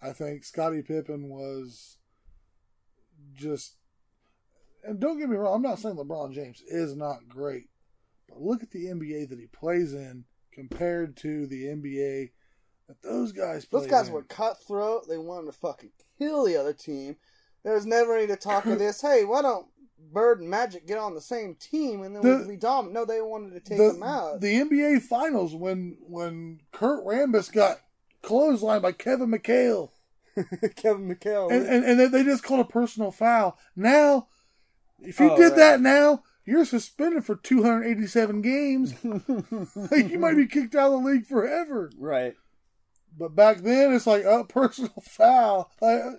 [SPEAKER 2] I think Scottie Pippen was just. And don't get me wrong, I'm not saying LeBron James is not great, but look at the NBA that he plays in compared to the NBA that those guys play.
[SPEAKER 1] Those guys
[SPEAKER 2] in.
[SPEAKER 1] were cutthroat. They wanted to fucking kill the other team. There was never any to talk of this. Hey, why don't Bird and Magic get on the same team and then
[SPEAKER 2] The-
[SPEAKER 1] we could be dominant? No, they wanted to take
[SPEAKER 2] the,
[SPEAKER 1] them out.
[SPEAKER 2] The NBA Finals when when Kurt Rambis got clotheslined by Kevin McHale.
[SPEAKER 1] Kevin McHale.
[SPEAKER 2] and, and, and then they just called a personal foul. Now, if you
[SPEAKER 1] Oh,
[SPEAKER 2] did
[SPEAKER 1] right.
[SPEAKER 2] that now, you're suspended for 287 games. Like, you might be kicked out of the league forever.
[SPEAKER 1] right.
[SPEAKER 2] But back then, it's like, oh, personal foul. Like, uh,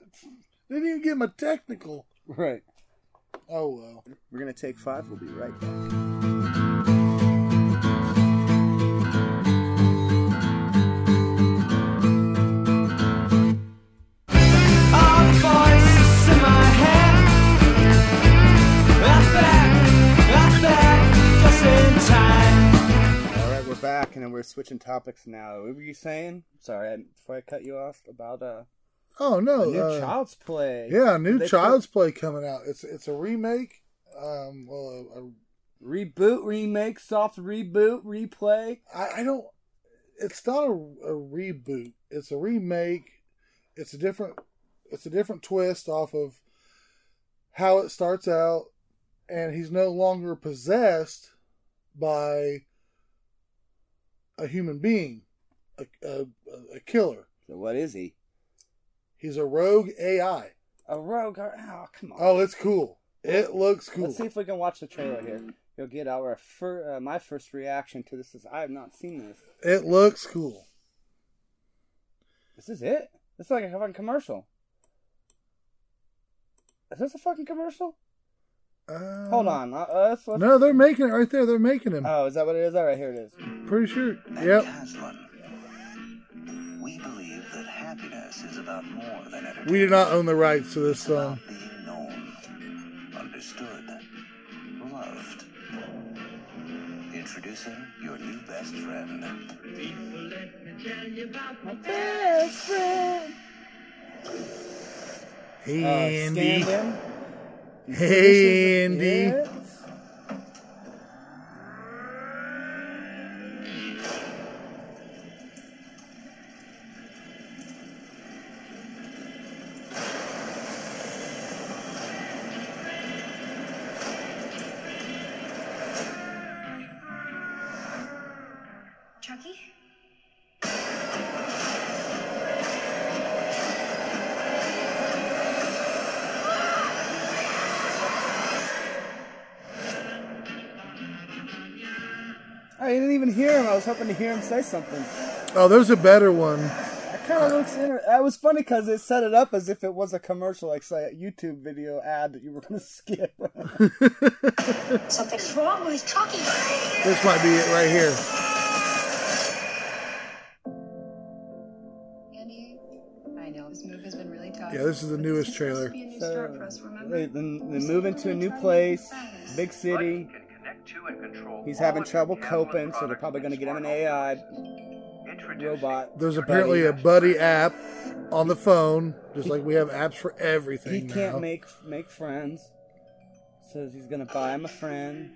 [SPEAKER 2] didn't even get my technical.
[SPEAKER 1] Right.
[SPEAKER 2] Oh, well.
[SPEAKER 1] We're going to take five. We'll be right back. All right, we're back, and then we're switching topics now. What were you saying? Sorry, I, before I cut you off about uh,
[SPEAKER 2] Oh, no.
[SPEAKER 1] the new
[SPEAKER 2] uh,
[SPEAKER 1] Child's Play.
[SPEAKER 2] Yeah, new
[SPEAKER 1] They put-
[SPEAKER 2] Child's Play coming out. It's it's a remake. Um, well, a, a
[SPEAKER 1] reboot, remake, soft reboot, replay.
[SPEAKER 2] I, I don't. It's not a, a reboot. It's a remake. It's a different. It's a different twist off of how it starts out, and he's no longer possessed by a human being, a, a, a killer.
[SPEAKER 1] So what is he?
[SPEAKER 2] He's a rogue AI.
[SPEAKER 1] A rogue? Or, oh, come on.
[SPEAKER 2] Oh, it's cool. It looks cool.
[SPEAKER 1] Let's see if we can watch the trailer here. You'll get our fir- uh, my first reaction to this is I have not seen this.
[SPEAKER 2] It looks cool.
[SPEAKER 1] This is it? This is like a fucking commercial. Is this a fucking commercial?
[SPEAKER 2] Uh,
[SPEAKER 1] Hold on. Uh, uh, let's, let's-
[SPEAKER 2] No, they're making it right there. They're making him.
[SPEAKER 1] Oh, is that what it is? All right, here it is.
[SPEAKER 2] Pretty sure.
[SPEAKER 4] Ben
[SPEAKER 2] Yep.
[SPEAKER 4] Caslin. We believe that happiness is about more than entertainment.
[SPEAKER 2] We do not own the rights to this
[SPEAKER 4] It's about
[SPEAKER 2] song.
[SPEAKER 4] being known, understood, loved. Introducing your new best friend.
[SPEAKER 2] Hey,
[SPEAKER 1] Uh,
[SPEAKER 2] Andy.
[SPEAKER 1] Scandin.
[SPEAKER 2] Hey, Andy.
[SPEAKER 1] Yes. I didn't even hear him. I was hoping to hear him say something.
[SPEAKER 2] Oh, there's a better one.
[SPEAKER 1] That kind
[SPEAKER 2] Uh.
[SPEAKER 1] of looks. Inter- that was funny because it set it up as if it was a commercial, like say a YouTube video ad that you were going to skip.
[SPEAKER 5] Something's wrong with his talking.
[SPEAKER 2] This might be it right here.
[SPEAKER 6] Andy, I know this move has been really tough.
[SPEAKER 2] Yeah, this is the
[SPEAKER 6] But
[SPEAKER 2] newest
[SPEAKER 6] is supposed
[SPEAKER 2] trailer.
[SPEAKER 6] to be a new start for us, remember?
[SPEAKER 1] they, they move into a new place, big city. He's having trouble coping, so they're probably going to get him an AI robot.
[SPEAKER 2] There's apparently a buddy app on the phone, just like we have apps for everything.
[SPEAKER 1] He can't
[SPEAKER 2] now.
[SPEAKER 1] make make friends. Says he's gonna buy him a friend.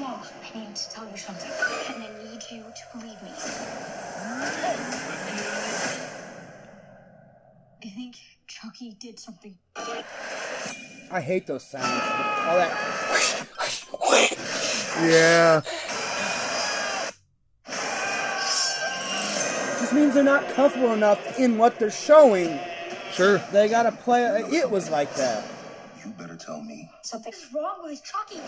[SPEAKER 5] Mom, I need to tell you something. And I need you to believe me. I think Chucky did something.
[SPEAKER 1] I hate those sounds. All that.
[SPEAKER 2] Yeah,
[SPEAKER 1] just means they're not comfortable enough in what they're showing.
[SPEAKER 2] sure.
[SPEAKER 1] They gotta play. It was like that.
[SPEAKER 7] You better tell me.
[SPEAKER 5] Something's wrong with his Chucky.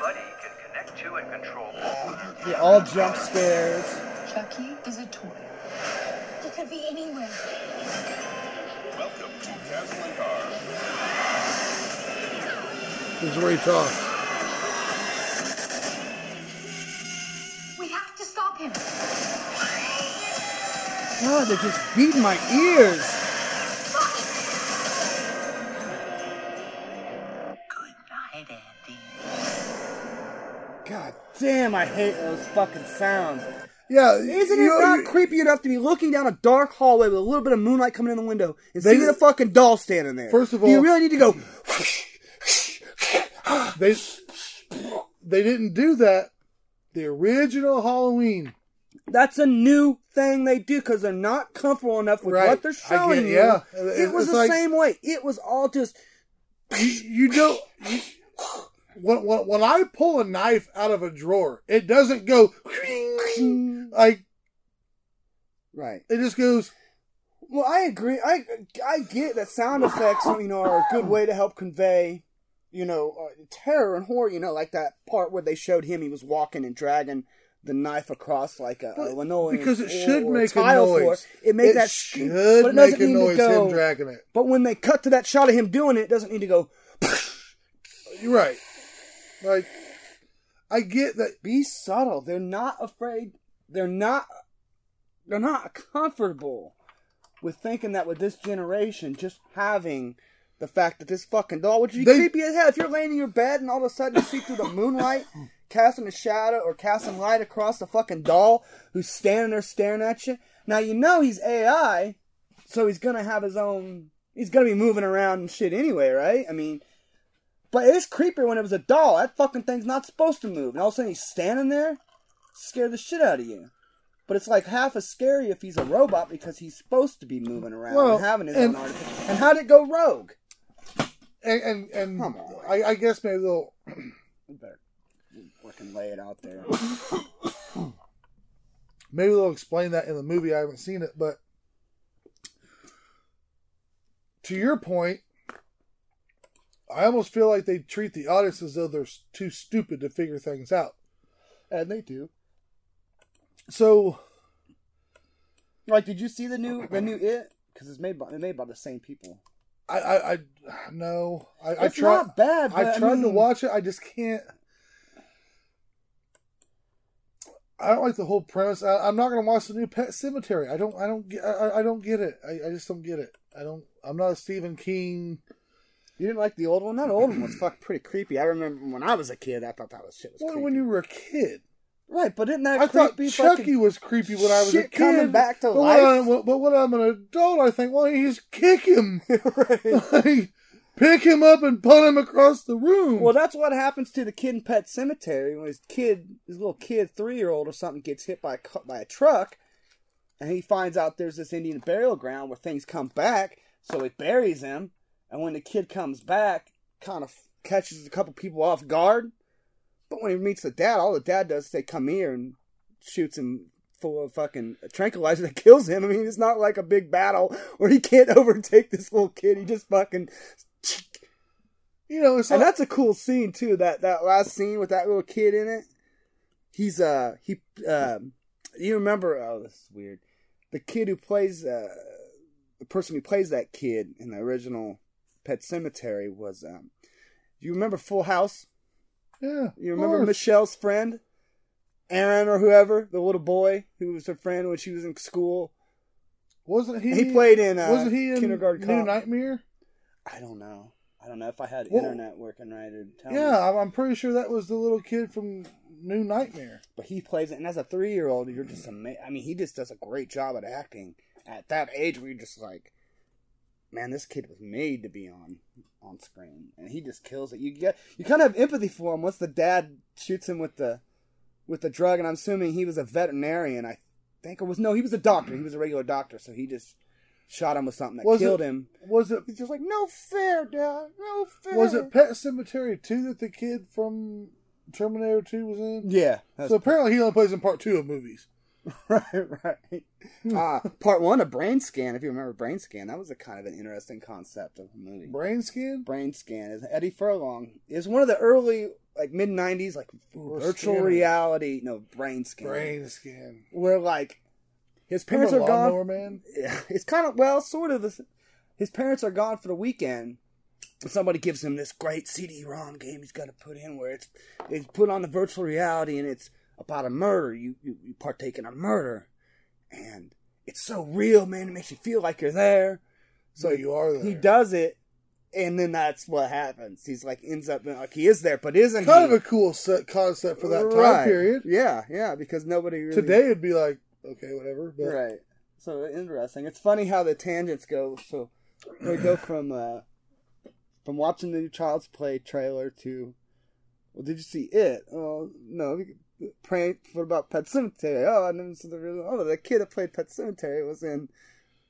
[SPEAKER 3] Buddy can connect to and control all
[SPEAKER 1] They all jump scares.
[SPEAKER 6] Chucky is a toy.
[SPEAKER 5] It could be anywhere.
[SPEAKER 8] Welcome to Castle and Car.
[SPEAKER 2] This is where he talks.
[SPEAKER 5] We have to stop him.
[SPEAKER 1] God, they're just beating my ears.
[SPEAKER 7] Good night, Andy.
[SPEAKER 1] God damn, I hate those fucking sounds.
[SPEAKER 2] Yeah,
[SPEAKER 1] Isn't it
[SPEAKER 2] you-
[SPEAKER 1] not
[SPEAKER 2] you-
[SPEAKER 1] creepy enough to be looking down a dark hallway with a little bit of moonlight coming in the window and
[SPEAKER 2] They-
[SPEAKER 1] see the fucking doll standing there?
[SPEAKER 2] First of
[SPEAKER 1] do you
[SPEAKER 2] all-
[SPEAKER 1] really need to go?
[SPEAKER 2] they they didn't do that. The original Halloween,
[SPEAKER 1] That's a new thing they do because they're not comfortable enough with
[SPEAKER 2] Right.
[SPEAKER 1] what they're
[SPEAKER 2] I get-
[SPEAKER 1] showing you.
[SPEAKER 2] yeah.
[SPEAKER 1] it,
[SPEAKER 2] It-
[SPEAKER 1] was
[SPEAKER 2] it's
[SPEAKER 1] the
[SPEAKER 2] like-
[SPEAKER 1] same way. It was all just
[SPEAKER 2] you, you don't. You, when, when, when I pull a knife out of a drawer, it doesn't go like
[SPEAKER 1] right.
[SPEAKER 2] it just goes.
[SPEAKER 1] Well, I agree. I I get that sound effects, you know, are a good way to help convey, you know, uh, terror and horror. You know, like that part where they showed him he was walking and dragging the knife across like a, a
[SPEAKER 2] But-
[SPEAKER 1] linoleum
[SPEAKER 2] because it
[SPEAKER 1] floor
[SPEAKER 2] should
[SPEAKER 1] or
[SPEAKER 2] make a
[SPEAKER 1] tile floor.
[SPEAKER 2] noise.
[SPEAKER 1] It made that sque-
[SPEAKER 2] should
[SPEAKER 1] but it doesn't
[SPEAKER 2] make a
[SPEAKER 1] need to
[SPEAKER 2] noise.
[SPEAKER 1] go-
[SPEAKER 2] Him dragging it.
[SPEAKER 1] But when they cut to that shot of him doing it, it doesn't need to go.
[SPEAKER 2] You're right. Like I get that.
[SPEAKER 1] Be subtle. They're not afraid. They're not. They're not comfortable with thinking that with this generation, just having the fact that this fucking doll, which would be
[SPEAKER 2] They-
[SPEAKER 1] creepy as hell, if you're laying in your bed and all of a sudden you see through the moonlight, casting a shadow or casting light across the fucking doll who's standing there staring at you. Now you know he's AI, so he's gonna have his own. He's gonna be moving around and shit anyway, right? I mean, but it's creepier when it was a doll. That fucking thing's not supposed to move, and all of a sudden he's standing there, scare the shit out of you. But it's like half as scary if he's a robot because he's supposed to be moving around
[SPEAKER 2] Well,
[SPEAKER 1] and having his
[SPEAKER 2] and-
[SPEAKER 1] own artifact. And how'd it go rogue?
[SPEAKER 2] And and, and
[SPEAKER 1] Come on.
[SPEAKER 2] I, I guess maybe they'll
[SPEAKER 1] We better fucking lay it out there.
[SPEAKER 2] maybe they'll explain that in the movie. I haven't seen it, but to your point, I almost feel like they treat the audience as though they're s- too stupid to figure things out.
[SPEAKER 1] and they do.
[SPEAKER 2] So
[SPEAKER 1] Like, did you see the new the new it? Because it's made by it's made by the same people.
[SPEAKER 2] I I, I no I, I
[SPEAKER 1] It's
[SPEAKER 2] try,
[SPEAKER 1] not bad. But, mm.
[SPEAKER 2] I tried to
[SPEAKER 1] mean,
[SPEAKER 2] watch it. I just can't. I don't like the whole premise. I, I'm not going to watch the new Pet Cemetery. I don't. I don't get. I, I- I don't get it. I, I just don't get it. I don't. I'm not a Stephen King.
[SPEAKER 1] You didn't like the old one? That old one was fuck pretty creepy. I remember when I was a kid, I thought that was shit was
[SPEAKER 2] Well,
[SPEAKER 1] creepy.
[SPEAKER 2] when you were a kid,
[SPEAKER 1] right, but isn't that
[SPEAKER 2] I thought
[SPEAKER 1] creepy?
[SPEAKER 2] Chucky
[SPEAKER 1] fucking-
[SPEAKER 2] was creepy when I was a
[SPEAKER 1] shit
[SPEAKER 2] kid.
[SPEAKER 1] coming back to
[SPEAKER 2] but When
[SPEAKER 1] life.
[SPEAKER 2] I, but when I'm an adult, I think, well, you just kick him, like, pick him up and pull him across the room.
[SPEAKER 1] Well, that's what happens to the kid in Pet Cemetery when his kid, his little kid, three year old or something, gets hit by a, cu- by a truck, and he finds out there's this Indian burial ground where things come back, so he buries him, and when the kid comes back, kind of catches a couple people off guard, but when he meets the dad, all the dad does is say, "Come here," and shoots him full of fucking tranquilizer that kills him. I mean, it's not like a big battle where he can't overtake this little kid. He just fucking.
[SPEAKER 2] You know, it's
[SPEAKER 1] And
[SPEAKER 2] like,
[SPEAKER 1] that's a cool scene too. That that last scene with that little kid in it. He's uh he uh, you remember? Oh, this is weird. The kid who plays uh the person who plays that kid in the original Pet Cemetery was um. You remember Full House?
[SPEAKER 2] yeah.
[SPEAKER 1] You
[SPEAKER 2] of
[SPEAKER 1] remember
[SPEAKER 2] course.
[SPEAKER 1] Michelle's friend, Aaron or whoever, the little boy who was her friend when she was in school.
[SPEAKER 2] Wasn't he?
[SPEAKER 1] He, played in uh,
[SPEAKER 2] wasn't he in
[SPEAKER 1] Kindergarten
[SPEAKER 2] New
[SPEAKER 1] Cop.
[SPEAKER 2] Nightmare?
[SPEAKER 1] I don't know. I don't know if I had
[SPEAKER 2] Well-
[SPEAKER 1] internet working right or tell
[SPEAKER 2] yeah,
[SPEAKER 1] me.
[SPEAKER 2] I'm, I'm pretty sure that was the little kid from New Nightmare.
[SPEAKER 1] But he plays it, and as a three-year-old, you're just amazed. I mean, he just does a great job at acting at that age, where you're just like, man, this kid was made to be on on screen, and he just kills it. You get you kind of have empathy for him once the dad shoots him with the with the drug, and I'm assuming he was a veterinarian. I think or was no, he was a doctor. He was a regular doctor, so he just shot him with something that
[SPEAKER 2] Was it-
[SPEAKER 1] killed him.
[SPEAKER 2] Was it?
[SPEAKER 1] He's just like, no fair, dad, no fair.
[SPEAKER 2] Was it Pet Cemetery two that the kid from Terminator two was in?
[SPEAKER 1] Yeah. that's-
[SPEAKER 2] So apparently he only plays in part two of movies.
[SPEAKER 1] right, right.
[SPEAKER 2] Hmm.
[SPEAKER 1] Uh, part one of Brain Scan, if you remember Brain Scan, that was a kind of an interesting concept of a movie.
[SPEAKER 2] Brain scan.
[SPEAKER 1] Brain Scan is Eddie Furlong is one of the early like mid '90s like
[SPEAKER 2] Or
[SPEAKER 1] virtual
[SPEAKER 2] scanner.
[SPEAKER 1] reality. No, Brain Scan.
[SPEAKER 2] Brain scan.
[SPEAKER 1] Where like his parents
[SPEAKER 2] Remember
[SPEAKER 1] are gone.
[SPEAKER 2] Lawnmower Man?
[SPEAKER 1] Yeah, it's kind of well, sort of. This, his parents are gone for the weekend. and Somebody gives him this great CD-ROM game he's got to put in, where it's it's put on the virtual reality and it's about a murder. You you, you partake in a murder, and it's so real, man. It makes you feel like you're there.
[SPEAKER 2] So you are there.
[SPEAKER 1] He does it, and then that's what happens. He's like ends up like he is there, but isn't
[SPEAKER 2] Kind of
[SPEAKER 1] he?
[SPEAKER 2] a cool set concept for that time
[SPEAKER 1] Right.
[SPEAKER 2] period.
[SPEAKER 1] Yeah, yeah, because nobody really
[SPEAKER 2] Today it'd be like, okay, whatever. But
[SPEAKER 1] Right. So interesting. It's funny how the tangents go. So they go from uh, from watching the new Child's Play trailer to, well, did you see it? Oh no. we- Prank. What about Pet Cemetery? Oh, I never saw the real. Oh, the kid that played Pet Cemetery was in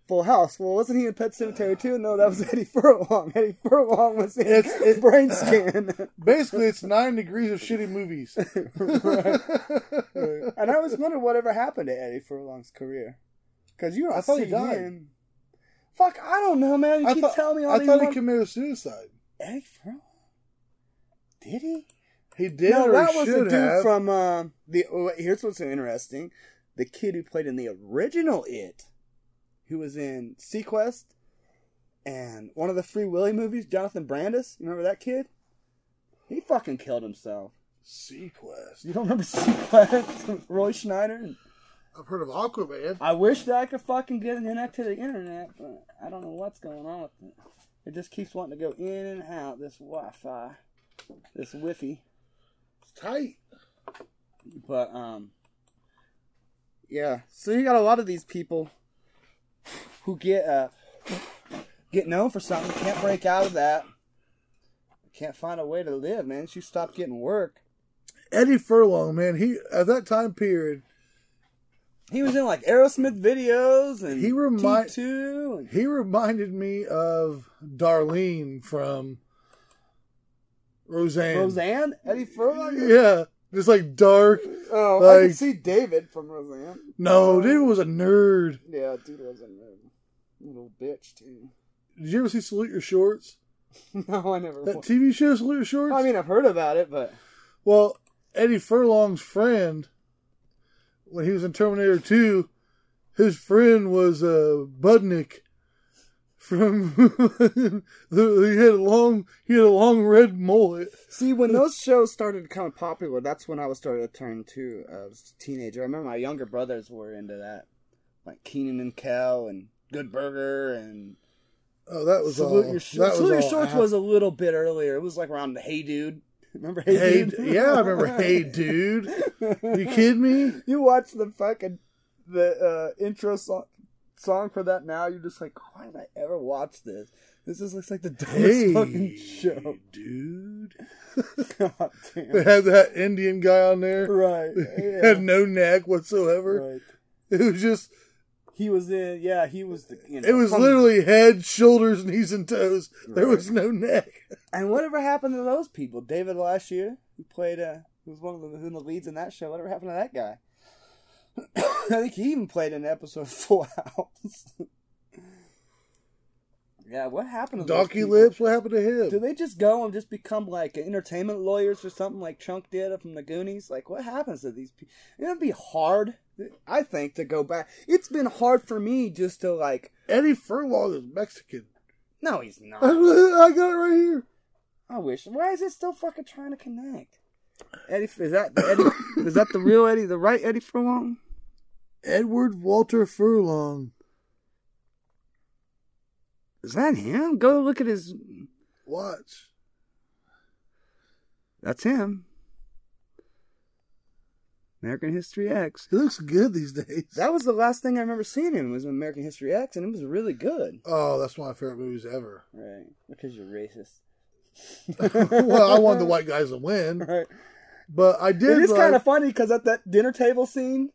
[SPEAKER 1] Full House. Well, wasn't he in Pet Cemetery too? No, that was Eddie Furlong. Eddie Furlong was in
[SPEAKER 2] It's- it-
[SPEAKER 1] Brain Scan.
[SPEAKER 2] basically, it's nine degrees of shitty movies.
[SPEAKER 1] And I always wondered whatever happened to Eddie Furlong's career. Because you don't
[SPEAKER 2] I thought he
[SPEAKER 1] see
[SPEAKER 2] died.
[SPEAKER 1] him. Fuck, I don't know, man. You
[SPEAKER 2] I
[SPEAKER 1] keep
[SPEAKER 2] thought,
[SPEAKER 1] telling me all
[SPEAKER 2] I
[SPEAKER 1] these.
[SPEAKER 2] thought
[SPEAKER 1] mon-
[SPEAKER 2] he committed suicide.
[SPEAKER 1] Eddie Furlong? Did he?
[SPEAKER 2] He did.
[SPEAKER 1] no,
[SPEAKER 2] or
[SPEAKER 1] that
[SPEAKER 2] he
[SPEAKER 1] was the
[SPEAKER 2] should
[SPEAKER 1] dude
[SPEAKER 2] have.
[SPEAKER 1] from uh, the. oh, wait, Here's what's so interesting: the kid who played in the original It, who was in Sequest, and one of the Free Willy movies, Jonathan Brandis. You remember that kid? He fucking killed himself.
[SPEAKER 2] Sequest.
[SPEAKER 1] You don't remember Sequest? Roy Schneider. And-
[SPEAKER 2] I've heard of Aquaman.
[SPEAKER 1] I wish that I could fucking get an internet to the internet, but I don't know what's going on with it. It just keeps wanting to go in and out. This Wi-Fi, this Wi-Fi,
[SPEAKER 2] It's tight.
[SPEAKER 1] but um, yeah. So you got a lot of these people who get uh get known for something, can't break out of that, can't find a way to live, man. She stopped getting work.
[SPEAKER 2] Eddie Furlong, man, he at that time period,
[SPEAKER 1] He was in like Aerosmith videos and
[SPEAKER 2] He remind-
[SPEAKER 1] T2 and
[SPEAKER 2] he reminded me of Darlene from Roseanne.
[SPEAKER 1] Roseanne, Eddie Furlong.
[SPEAKER 2] Yeah. Just like dark.
[SPEAKER 1] Oh, I
[SPEAKER 2] Like-
[SPEAKER 1] can see David from Roseanne.
[SPEAKER 2] No, dude was a nerd.
[SPEAKER 1] Yeah, dude was a nerd. little bitch too.
[SPEAKER 2] Did you ever see Salute Your Shorts?
[SPEAKER 1] no, I never.
[SPEAKER 2] That
[SPEAKER 1] wa-
[SPEAKER 2] TV show Salute Your Shorts?
[SPEAKER 1] I mean, I've heard about it, but
[SPEAKER 2] Well, Eddie Furlong's friend, when he was in Terminator 2, his friend was uh, Budnick from. he had a long, he had a long red mullet.
[SPEAKER 1] see, when those shows started becoming popular, that's when I was starting to turn to. I was a teenager. I remember my younger brothers were into that, like Keenan and Kel and Good Burger and
[SPEAKER 2] Oh, that was
[SPEAKER 1] Salute
[SPEAKER 2] all.
[SPEAKER 1] Your,
[SPEAKER 2] that
[SPEAKER 1] Shorts. Salute Your
[SPEAKER 2] all
[SPEAKER 1] Shorts
[SPEAKER 2] af-
[SPEAKER 1] was a little bit earlier. It was like around Hey Dude. Remember Hey,
[SPEAKER 2] Hey,
[SPEAKER 1] Dude?
[SPEAKER 2] d- yeah, I remember. Hey, dude, you kidding me?
[SPEAKER 1] you watch the fucking the uh, intro song song for that now. You're just like, why did I ever watch this? This is looks like the dumbest
[SPEAKER 2] Hey,
[SPEAKER 1] fucking show.
[SPEAKER 2] dude.
[SPEAKER 1] God
[SPEAKER 2] They
[SPEAKER 1] damn.
[SPEAKER 2] had that Indian guy on there.
[SPEAKER 1] Right.
[SPEAKER 2] He
[SPEAKER 1] Yeah.
[SPEAKER 2] Had no knack whatsoever.
[SPEAKER 1] Right.
[SPEAKER 2] It was just
[SPEAKER 1] He was in. Yeah, he was the. You know,
[SPEAKER 2] It was
[SPEAKER 1] from-
[SPEAKER 2] literally head, shoulders, knees, and toes. There was no neck.
[SPEAKER 1] And whatever happened to those people? David Lashue, who played uh, who was one of the who in the leads in that show. Whatever happened to that guy? I think he even played in episode of Full House. yeah, what happened to those
[SPEAKER 2] Donkey
[SPEAKER 1] people?
[SPEAKER 2] Lips, what happened to him?
[SPEAKER 1] Do they just go and just become like entertainment lawyers or something like Chunk did from the Goonies? Like, what happens to these people? It'd be hard, I think, to go back. It's been hard for me just to like.
[SPEAKER 2] Eddie Furlong is Mexican.
[SPEAKER 1] No, he's
[SPEAKER 2] I
[SPEAKER 1] not.
[SPEAKER 2] got it right here.
[SPEAKER 1] I wish. Why is it still fucking trying to connect? Eddie, is that the Eddie? is that the real Eddie? The right Eddie Furlong?
[SPEAKER 2] Edward Walter Furlong.
[SPEAKER 1] Is that him? Go look at his.
[SPEAKER 2] Watch.
[SPEAKER 1] That's him. American History X.
[SPEAKER 2] He looks good these days.
[SPEAKER 1] That was the last thing I remember seeing him was in American History X, and it was really good.
[SPEAKER 2] oh, that's one of my favorite movies ever.
[SPEAKER 1] Right, because you're racist.
[SPEAKER 2] well, I wanted the white guys to win,
[SPEAKER 1] Right.
[SPEAKER 2] but I
[SPEAKER 1] It
[SPEAKER 2] did.
[SPEAKER 1] is
[SPEAKER 2] like,
[SPEAKER 1] kind of funny because at that dinner table scene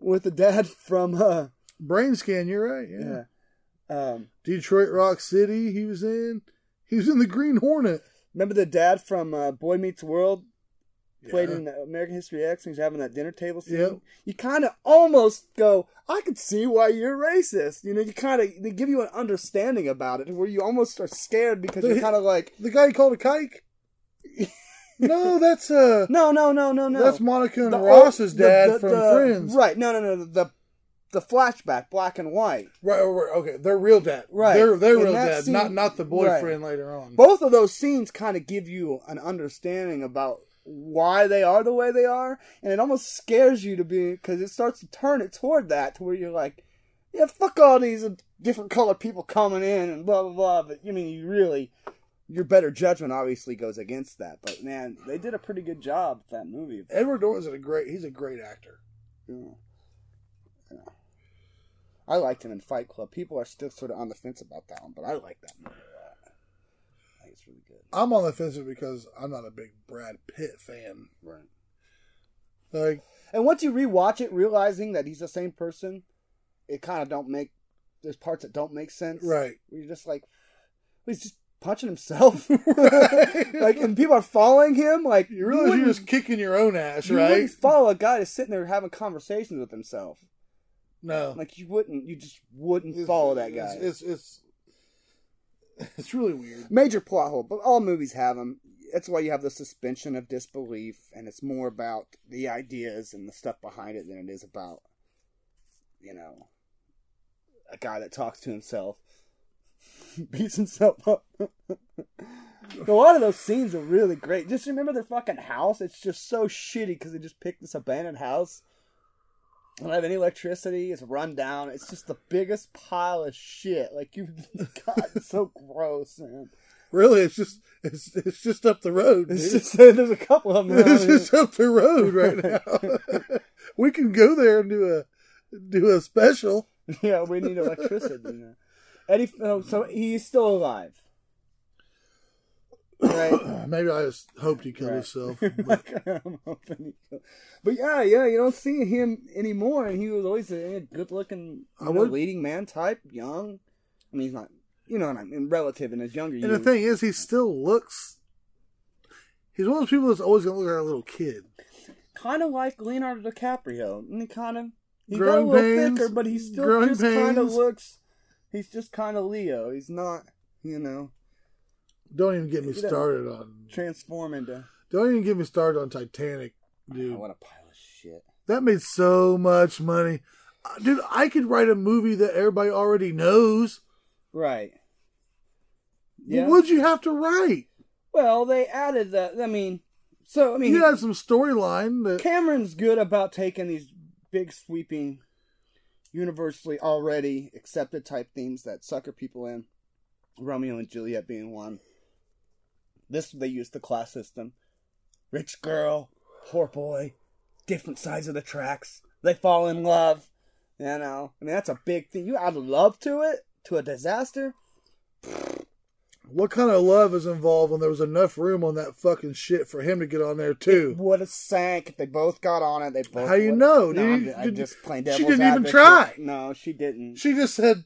[SPEAKER 1] with the dad from uh,
[SPEAKER 2] brain scan. You're right. Yeah.
[SPEAKER 1] yeah, um,
[SPEAKER 2] Detroit Rock City. He was in. He was in the Green Hornet.
[SPEAKER 1] remember the dad from uh, Boy Meets World played
[SPEAKER 2] Yeah.
[SPEAKER 1] in American History X, and he's having that dinner table scene.
[SPEAKER 2] Yep.
[SPEAKER 1] You kind of almost go, I could see why you're racist. You know, you kind of they give you an understanding about it where you almost are scared because you're kind of like,
[SPEAKER 2] The guy he called a kike. no, that's uh,
[SPEAKER 1] no, no, no, no, no.
[SPEAKER 2] that's Monica and
[SPEAKER 1] The-
[SPEAKER 2] Ross's
[SPEAKER 1] the-
[SPEAKER 2] dad
[SPEAKER 1] the-
[SPEAKER 2] from
[SPEAKER 1] the-
[SPEAKER 2] Friends.
[SPEAKER 1] Right? No, no, no. the- The the flashback, black and white.
[SPEAKER 2] Right, right, right, okay, their real dad,
[SPEAKER 1] Right.
[SPEAKER 2] Their their
[SPEAKER 1] And
[SPEAKER 2] real
[SPEAKER 1] that
[SPEAKER 2] dad,
[SPEAKER 1] scene-
[SPEAKER 2] not not the
[SPEAKER 1] right.
[SPEAKER 2] boyfriend later on.
[SPEAKER 1] Both of those scenes kind of give you an understanding about why they are the way they are, and it almost scares you to be because it starts to turn it toward that to where you're like, yeah, fuck all these different colored people coming in and blah blah blah. But I mean, you really. Your better judgment obviously goes against that, but man, they did a pretty good job with that movie.
[SPEAKER 2] Edward Norton's a great. He's a great actor.
[SPEAKER 1] Yeah. I liked him in Fight Club. People are still sort of on the fence about that one, but I like that movie a lot. I think it's really good.
[SPEAKER 2] I'm on the fence because I'm not a big Brad Pitt fan.
[SPEAKER 1] Right.
[SPEAKER 2] Like,
[SPEAKER 1] And once you rewatch it, realizing that he's the same person, it kind of don't make. There's parts that don't make sense.
[SPEAKER 2] right?
[SPEAKER 1] Where you're just like, he's just punching himself. like, and people are following him. Like,
[SPEAKER 2] You realize
[SPEAKER 1] wouldn't-
[SPEAKER 2] you're just kicking your own ass,
[SPEAKER 1] you
[SPEAKER 2] right?
[SPEAKER 1] wouldn't follow a guy that's sitting there having conversations with himself.
[SPEAKER 2] No,
[SPEAKER 1] Like, you wouldn't. You just wouldn't follow that guy.
[SPEAKER 2] It's it's it's, it's really weird.
[SPEAKER 1] major plot hole, but all movies have them. That's why you have the suspension of disbelief, and it's more about the ideas and the stuff behind it than it is about, you know, a guy that talks to himself, beats himself up. a lot of those scenes are really great. Just remember their fucking house. It's just so shitty because they just picked this abandoned house. Don't have any electricity. It's run down. It's just the biggest pile of shit. Like you, God, it's so gross, man.
[SPEAKER 2] Really, it's just it's it's just up the road.
[SPEAKER 1] It's
[SPEAKER 2] dude.
[SPEAKER 1] just there's a couple of them.
[SPEAKER 2] it's
[SPEAKER 1] around here.
[SPEAKER 2] just up the road right now. we can go there and do a do a special.
[SPEAKER 1] yeah, we need electricity. You know. Eddie, oh, so he's still alive, right?
[SPEAKER 2] Maybe I just hoped he killed
[SPEAKER 1] Right.
[SPEAKER 2] himself.
[SPEAKER 1] Like, I'm hoping he- But yeah, yeah, you don't see him anymore, and he was always a good-looking,
[SPEAKER 2] I
[SPEAKER 1] you know,
[SPEAKER 2] would-
[SPEAKER 1] leading man type, young. I mean, he's not, you know, what I mean, relative in his younger
[SPEAKER 2] And the
[SPEAKER 1] years.
[SPEAKER 2] thing is, he still looks. He's one of those people that's always going to look like a little kid.
[SPEAKER 1] kind of like Leonardo DiCaprio, and he kind of he got a
[SPEAKER 2] Growing
[SPEAKER 1] little
[SPEAKER 2] pains,
[SPEAKER 1] thicker, but he still
[SPEAKER 2] growing
[SPEAKER 1] just kind of
[SPEAKER 2] pains.
[SPEAKER 1] looks. He's just kind of Leo. He's not, you know,
[SPEAKER 2] Don't even get me
[SPEAKER 1] You know.
[SPEAKER 2] started on.
[SPEAKER 1] transform into.
[SPEAKER 2] Don't even get me started on Titanic, dude.
[SPEAKER 1] Oh, what a pile of shit.
[SPEAKER 2] That made so much money. Uh, Dude, I could write a movie that everybody already knows.
[SPEAKER 1] Right.
[SPEAKER 2] What
[SPEAKER 1] Yeah.
[SPEAKER 2] Would you have to write?
[SPEAKER 1] well, they added that. I mean, so I mean,
[SPEAKER 2] You had some storyline that
[SPEAKER 1] Cameron's good about taking these big sweeping, universally already accepted type themes that sucker people in. Romeo and Juliet being one. This they used the class system. Rich girl, poor boy, different sides of the tracks. They fall in love. You know, I mean that's a big thing. You add love to it to a disaster.
[SPEAKER 2] what kind of love is involved when there was enough room on that fucking shit for him to get on there too?
[SPEAKER 1] would have sank if they both got on it. They both.
[SPEAKER 2] How you
[SPEAKER 1] would-
[SPEAKER 2] know?
[SPEAKER 1] No,
[SPEAKER 2] You-
[SPEAKER 1] I'm, I'm
[SPEAKER 2] did-
[SPEAKER 1] just playing
[SPEAKER 2] she
[SPEAKER 1] devil's
[SPEAKER 2] didn't even
[SPEAKER 1] advocate.
[SPEAKER 2] try.
[SPEAKER 1] No, she didn't.
[SPEAKER 2] She just said,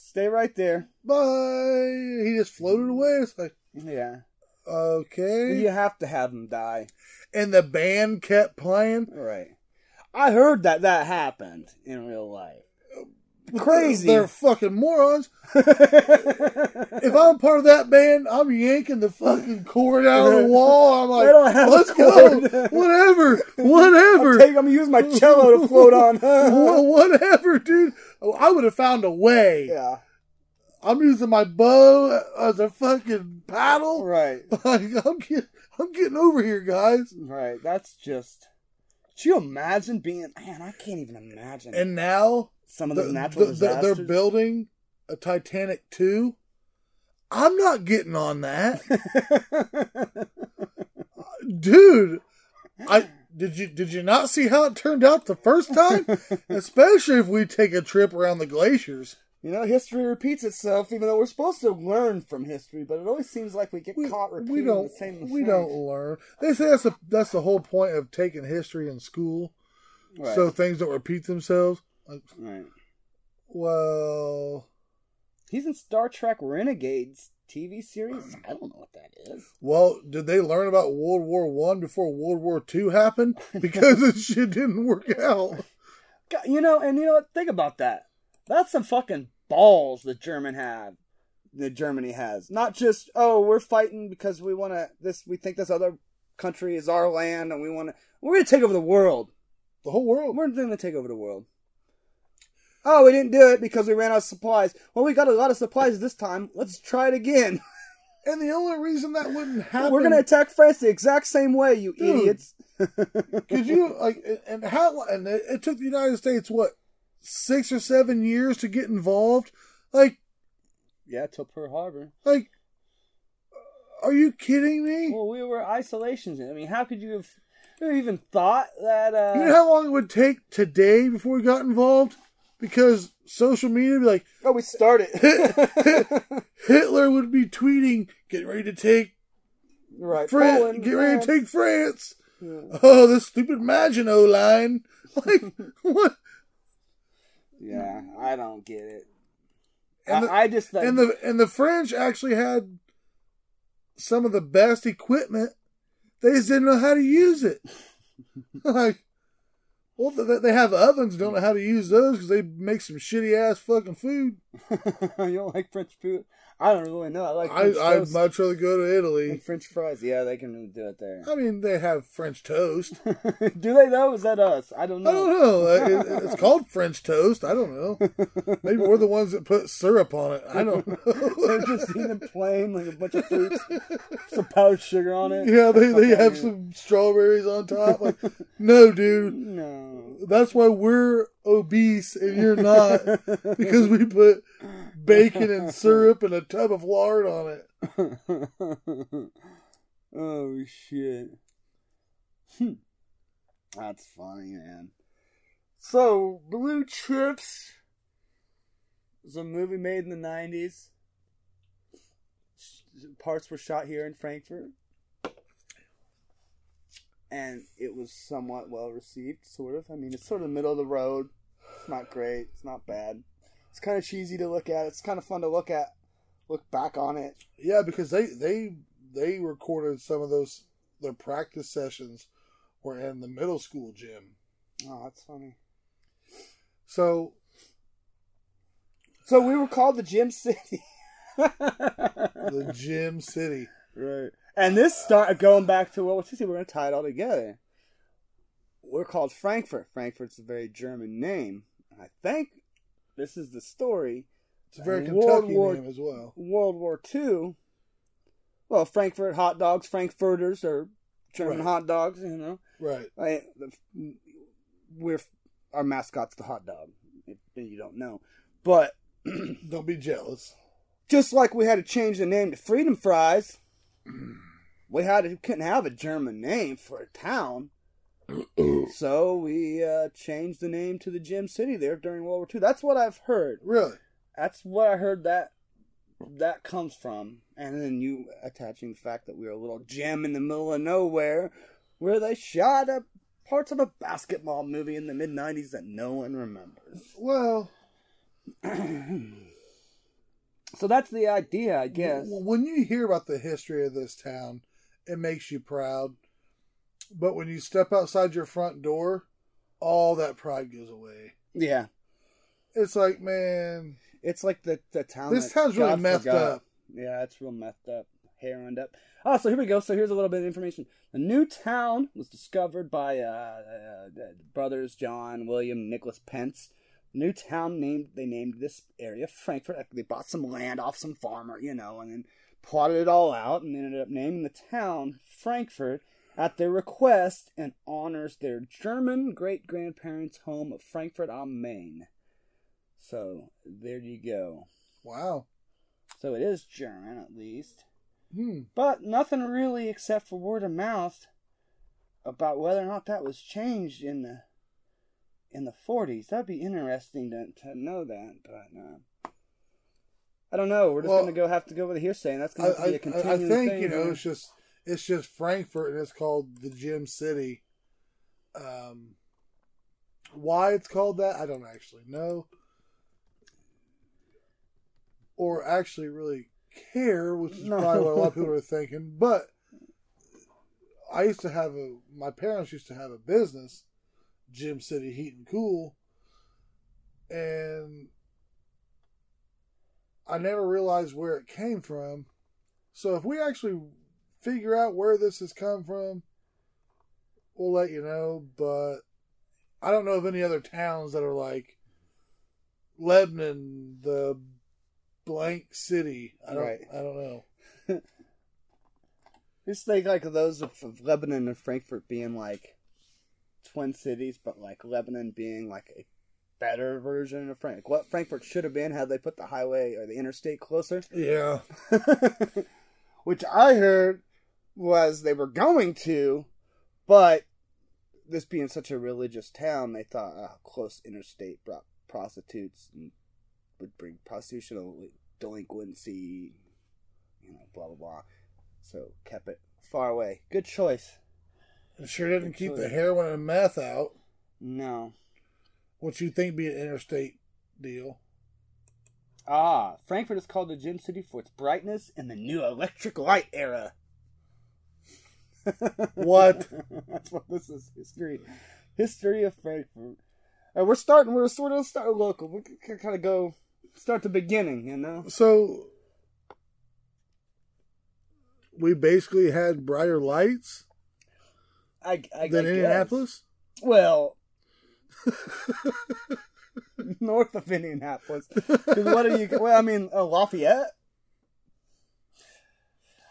[SPEAKER 1] Stay right there.
[SPEAKER 2] "Bye." He just floated away. It's like,
[SPEAKER 1] Yeah,
[SPEAKER 2] okay. Mm.
[SPEAKER 1] you have to have them die.
[SPEAKER 2] And the band kept playing.
[SPEAKER 1] All right. I heard that that happened in real life. Crazy.
[SPEAKER 2] They're fucking morons. if I'm part of that band, I'm yanking the fucking cord out of the wall. I'm like,
[SPEAKER 1] don't have a
[SPEAKER 2] let's go.
[SPEAKER 1] cord."
[SPEAKER 2] Whatever. Whatever.
[SPEAKER 1] Take, I'm gonna use my cello to float on.
[SPEAKER 2] Wha- Whatever, dude. Oh, I would have found a way.
[SPEAKER 1] yeah.
[SPEAKER 2] I'm using my bow as a fucking paddle.
[SPEAKER 1] Right.
[SPEAKER 2] Like, I'm, get, I'm getting over here, guys.
[SPEAKER 1] Right. That's just. Can you imagine being? Man, I can't even imagine
[SPEAKER 2] And now
[SPEAKER 1] some of
[SPEAKER 2] the,
[SPEAKER 1] those natural
[SPEAKER 2] the- the-
[SPEAKER 1] disasters.
[SPEAKER 2] they're building a Titanic 2. I'm not getting on that. Dude, I did you did you not see how it turned out the first time? Especially if we take a trip around the glaciers.
[SPEAKER 1] you know, history repeats itself, even though we're supposed to learn from history, but it always seems like we get
[SPEAKER 2] We,
[SPEAKER 1] caught repeating
[SPEAKER 2] we don't
[SPEAKER 1] the same
[SPEAKER 2] we
[SPEAKER 1] mistakes.
[SPEAKER 2] don't learn. They say that's the that's the whole point of taking history in school.
[SPEAKER 1] Right.
[SPEAKER 2] So things don't repeat themselves. Like,
[SPEAKER 1] right.
[SPEAKER 2] well,
[SPEAKER 1] He's in Star Trek Renegades TV series. I don't know what that is.
[SPEAKER 2] Well, did they learn about World War One before World War Two happened? Because this shit didn't work out.
[SPEAKER 1] God, you know, and you know what? Think about that. That's some fucking balls the German have. That Germany has. Not just oh, we're fighting because we want to. This we think this other country is our land, and we want to. We're gonna take over the world.
[SPEAKER 2] The whole world.
[SPEAKER 1] We're gonna take over the world. Oh, we didn't do it because we ran out of supplies. Well, we got a lot of supplies this time. Let's try it again.
[SPEAKER 2] And the only reason that wouldn't happen.
[SPEAKER 1] We're gonna attack France the exact same way, you
[SPEAKER 2] Dude.
[SPEAKER 1] idiots.
[SPEAKER 2] Could you like? And how? And it, it took the United States what six or seven years to get involved. Like,
[SPEAKER 1] Yeah, till Pearl Harbor.
[SPEAKER 2] like, are you kidding me?
[SPEAKER 1] Well, we were isolationists. I mean, how could you have, you have even thought that? Uh,
[SPEAKER 2] You know how long it would take today before we got involved? Because social media would be like,
[SPEAKER 1] Oh, we started.
[SPEAKER 2] Hitler would be tweeting, "Get ready to take
[SPEAKER 1] right.
[SPEAKER 2] France,
[SPEAKER 1] Poland,
[SPEAKER 2] get ready
[SPEAKER 1] France.
[SPEAKER 2] to take France. Oh, this stupid Maginot line. Like what?
[SPEAKER 1] Yeah, I don't get it. I,
[SPEAKER 2] And the,
[SPEAKER 1] I just think.
[SPEAKER 2] and the and the French actually had some of the best equipment. They just didn't know how to use it. like, well, they, they have ovens. Don't know how to use those because they make some shitty ass fucking food.
[SPEAKER 1] you don't like French food? I don't really know. I like
[SPEAKER 2] I,
[SPEAKER 1] French
[SPEAKER 2] I'd
[SPEAKER 1] toast
[SPEAKER 2] much rather go to
[SPEAKER 1] and
[SPEAKER 2] Italy.
[SPEAKER 1] French fries. Yeah, they can really do it there.
[SPEAKER 2] I mean, they have French toast.
[SPEAKER 1] do they though? Is that us? I don't know.
[SPEAKER 2] I don't know. Uh, it- It's called French toast. I don't know. Maybe we're the ones that put syrup on it. I don't
[SPEAKER 1] They're
[SPEAKER 2] know.
[SPEAKER 1] just eating plain, like a bunch of fruits, some powdered sugar on it.
[SPEAKER 2] yeah, they, they have some strawberries on top. Like, no, dude.
[SPEAKER 1] No.
[SPEAKER 2] That's why we're obese and you're not because we put bacon and syrup and a tub of lard on it.
[SPEAKER 1] oh shit. Hmm. That's funny, man. So, Blue Chips was a movie made in the 90s. S- Parts were shot here in Frankfurt. And it was somewhat well received, sort of. I mean, it's sort of middle of the road. It's not great. It's not bad. It's kind of cheesy to look at. It's kind of fun to look at, look back on it.
[SPEAKER 2] Yeah, because they they they recorded some of those their practice sessions were in the middle school gym.
[SPEAKER 1] Oh, that's funny.
[SPEAKER 2] So
[SPEAKER 1] So we were called the Gym City.
[SPEAKER 2] the gym city.
[SPEAKER 1] Right. And this start going back to well, what you see, we're going to tie it all together. We're called Frankfurt. Frankfurt's a very German name. I think this is the story.
[SPEAKER 2] It's a very
[SPEAKER 1] And World
[SPEAKER 2] Kentucky
[SPEAKER 1] War-
[SPEAKER 2] name as well.
[SPEAKER 1] World War II. Well, Frankfurt hot dogs, Frankfurters are German
[SPEAKER 2] Right.
[SPEAKER 1] hot dogs, you know.
[SPEAKER 2] Right.
[SPEAKER 1] I, the- we're our mascot's the hot dog. If you don't know, but
[SPEAKER 2] Don't be jealous.
[SPEAKER 1] just like we had to change the name to Freedom Fries, we had to, couldn't have a German name for a town, so we uh, changed the name to the Gym City there during World War II. That's what I've heard.
[SPEAKER 2] Really?
[SPEAKER 1] That's what I heard that that comes from, and then you attaching the fact that we were a little gym in the middle of nowhere where they shot up parts of a basketball movie in the mid '90s that no one remembers.
[SPEAKER 2] Well,
[SPEAKER 1] So that's the idea, I guess.
[SPEAKER 2] w- when you hear about the history of this town, it makes you proud. But when you step outside your front door all that pride goes away.
[SPEAKER 1] Yeah,
[SPEAKER 2] It's like, man,
[SPEAKER 1] it's like the the town.
[SPEAKER 2] this
[SPEAKER 1] that
[SPEAKER 2] town's really
[SPEAKER 1] God
[SPEAKER 2] messed
[SPEAKER 1] forgot.
[SPEAKER 2] up.
[SPEAKER 1] Yeah, it's real messed up. Heroined up. Oh, so here we go. So here's a little bit of information. The new town was discovered by uh, uh, the brothers John, William, Nicholas Pence. The new town named they named this area Frankfurt. Like, They bought some land off some farmer, you know, and then plotted it all out and ended up naming the town Frankfurt at their request and honors their German great grandparents' home of Frankfurt am Main. So there you go.
[SPEAKER 2] Wow.
[SPEAKER 1] So it is German, at least.
[SPEAKER 2] Hmm.
[SPEAKER 1] But nothing really except for word of mouth about whether or not that was changed in the in the 40s. That'd be interesting to, to know that, but uh, I don't know. We're just
[SPEAKER 2] Well,
[SPEAKER 1] gonna go have to go with the hearsay, and that's
[SPEAKER 2] I,
[SPEAKER 1] gonna have to be a
[SPEAKER 2] I, I- I
[SPEAKER 1] continuing
[SPEAKER 2] think
[SPEAKER 1] thing.
[SPEAKER 2] you know
[SPEAKER 1] man.
[SPEAKER 2] it's just it's just Frankfurt and it's called the Gym City. Um, why it's called that, I don't actually know, or actually really care, which is
[SPEAKER 1] No.
[SPEAKER 2] probably what a lot of people are thinking. But I used to have a my parents used to have a business, Gym City Heat and Cool, and I never realized where it came from. So if we actually figure out where this has come from, we'll let you know. But I don't know of any other towns that are like Lebanon, the blank city. I don't.
[SPEAKER 1] Right.
[SPEAKER 2] I don't know.
[SPEAKER 1] just think like those of, of Lebanon and Frankfurt being like twin cities, but like Lebanon being like a better version of Frank. What Frankfurt should have been had they put the highway or the interstate closer.
[SPEAKER 2] Yeah.
[SPEAKER 1] which I heard was they were going to, but this being such a religious town, they thought uh, close interstate brought prostitutes and would bring prostitutional delinquency, you know, blah blah blah. So kept it far away. Good choice.
[SPEAKER 2] It sure didn't keep the
[SPEAKER 1] Absolutely.
[SPEAKER 2] heroin and meth out,
[SPEAKER 1] No.
[SPEAKER 2] which you think be an interstate deal.
[SPEAKER 1] Ah, Frankfurt is called the gym city for its brightness in the new electric light era.
[SPEAKER 2] What?
[SPEAKER 1] That's what this is history. History of Frankfurt. Uh, we're starting. We're sort of start local. We can kind of go start the beginning, you know.
[SPEAKER 2] So we basically had brighter lights
[SPEAKER 1] I, I, I
[SPEAKER 2] than
[SPEAKER 1] guess.
[SPEAKER 2] Indianapolis.
[SPEAKER 1] Well, north of Indianapolis. 'Cause what are you? Well, I mean uh, Lafayette.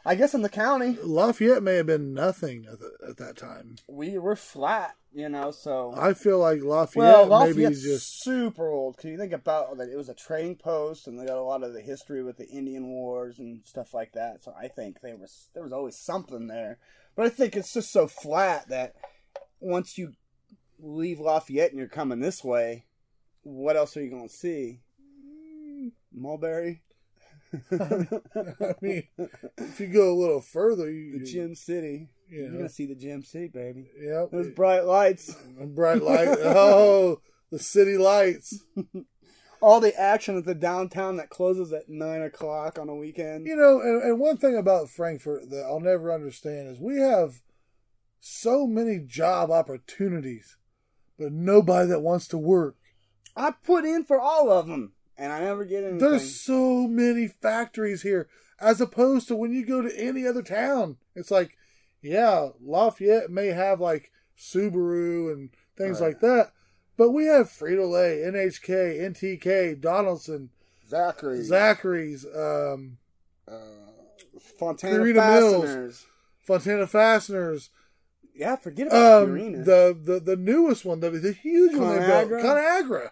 [SPEAKER 1] I guess in the county
[SPEAKER 2] Lafayette may have been nothing at, the, at that time.
[SPEAKER 1] we were flat, you know. So
[SPEAKER 2] I feel like Lafayette,
[SPEAKER 1] Well,
[SPEAKER 2] maybe
[SPEAKER 1] Lafayette's
[SPEAKER 2] just
[SPEAKER 1] super old. Can you think about that? It was a trading post, and they got a lot of the history with the Indian Wars and stuff like that. So I think there was there was always something there. But I think it's just so flat that once you leave Lafayette and you're coming this way, what else are you going to see? Mulberry,
[SPEAKER 2] I mean, if you go a little further, you,
[SPEAKER 1] the
[SPEAKER 2] you
[SPEAKER 1] Gym City.
[SPEAKER 2] Yeah.
[SPEAKER 1] You're going to see the Gym City, baby.
[SPEAKER 2] Yep,
[SPEAKER 1] Those bright lights,
[SPEAKER 2] bright light. oh, the city lights.
[SPEAKER 1] all the action at the downtown that closes at nine o'clock on a weekend.
[SPEAKER 2] You know, and, and one thing about Frankfurt that I'll never understand is we have so many job opportunities, but nobody that wants to work.
[SPEAKER 1] I put in for all of them, and I never get anything.
[SPEAKER 2] There's so many factories here, as opposed to when you go to any other town. It's like, yeah, Lafayette may have like Subaru and things
[SPEAKER 1] Right.
[SPEAKER 2] like that, but we have Frito Lay, NHK, NTK, Donaldson,
[SPEAKER 1] Zachary,
[SPEAKER 2] Zachary's, um,
[SPEAKER 1] uh, Fontana
[SPEAKER 2] Purina
[SPEAKER 1] Fasteners.
[SPEAKER 2] Fontana Fasteners,
[SPEAKER 1] Yeah, forget about
[SPEAKER 2] um,
[SPEAKER 1] Purina.
[SPEAKER 2] the, the the newest one, the, the huge one, they built,
[SPEAKER 1] Conagra?
[SPEAKER 2] Conagra,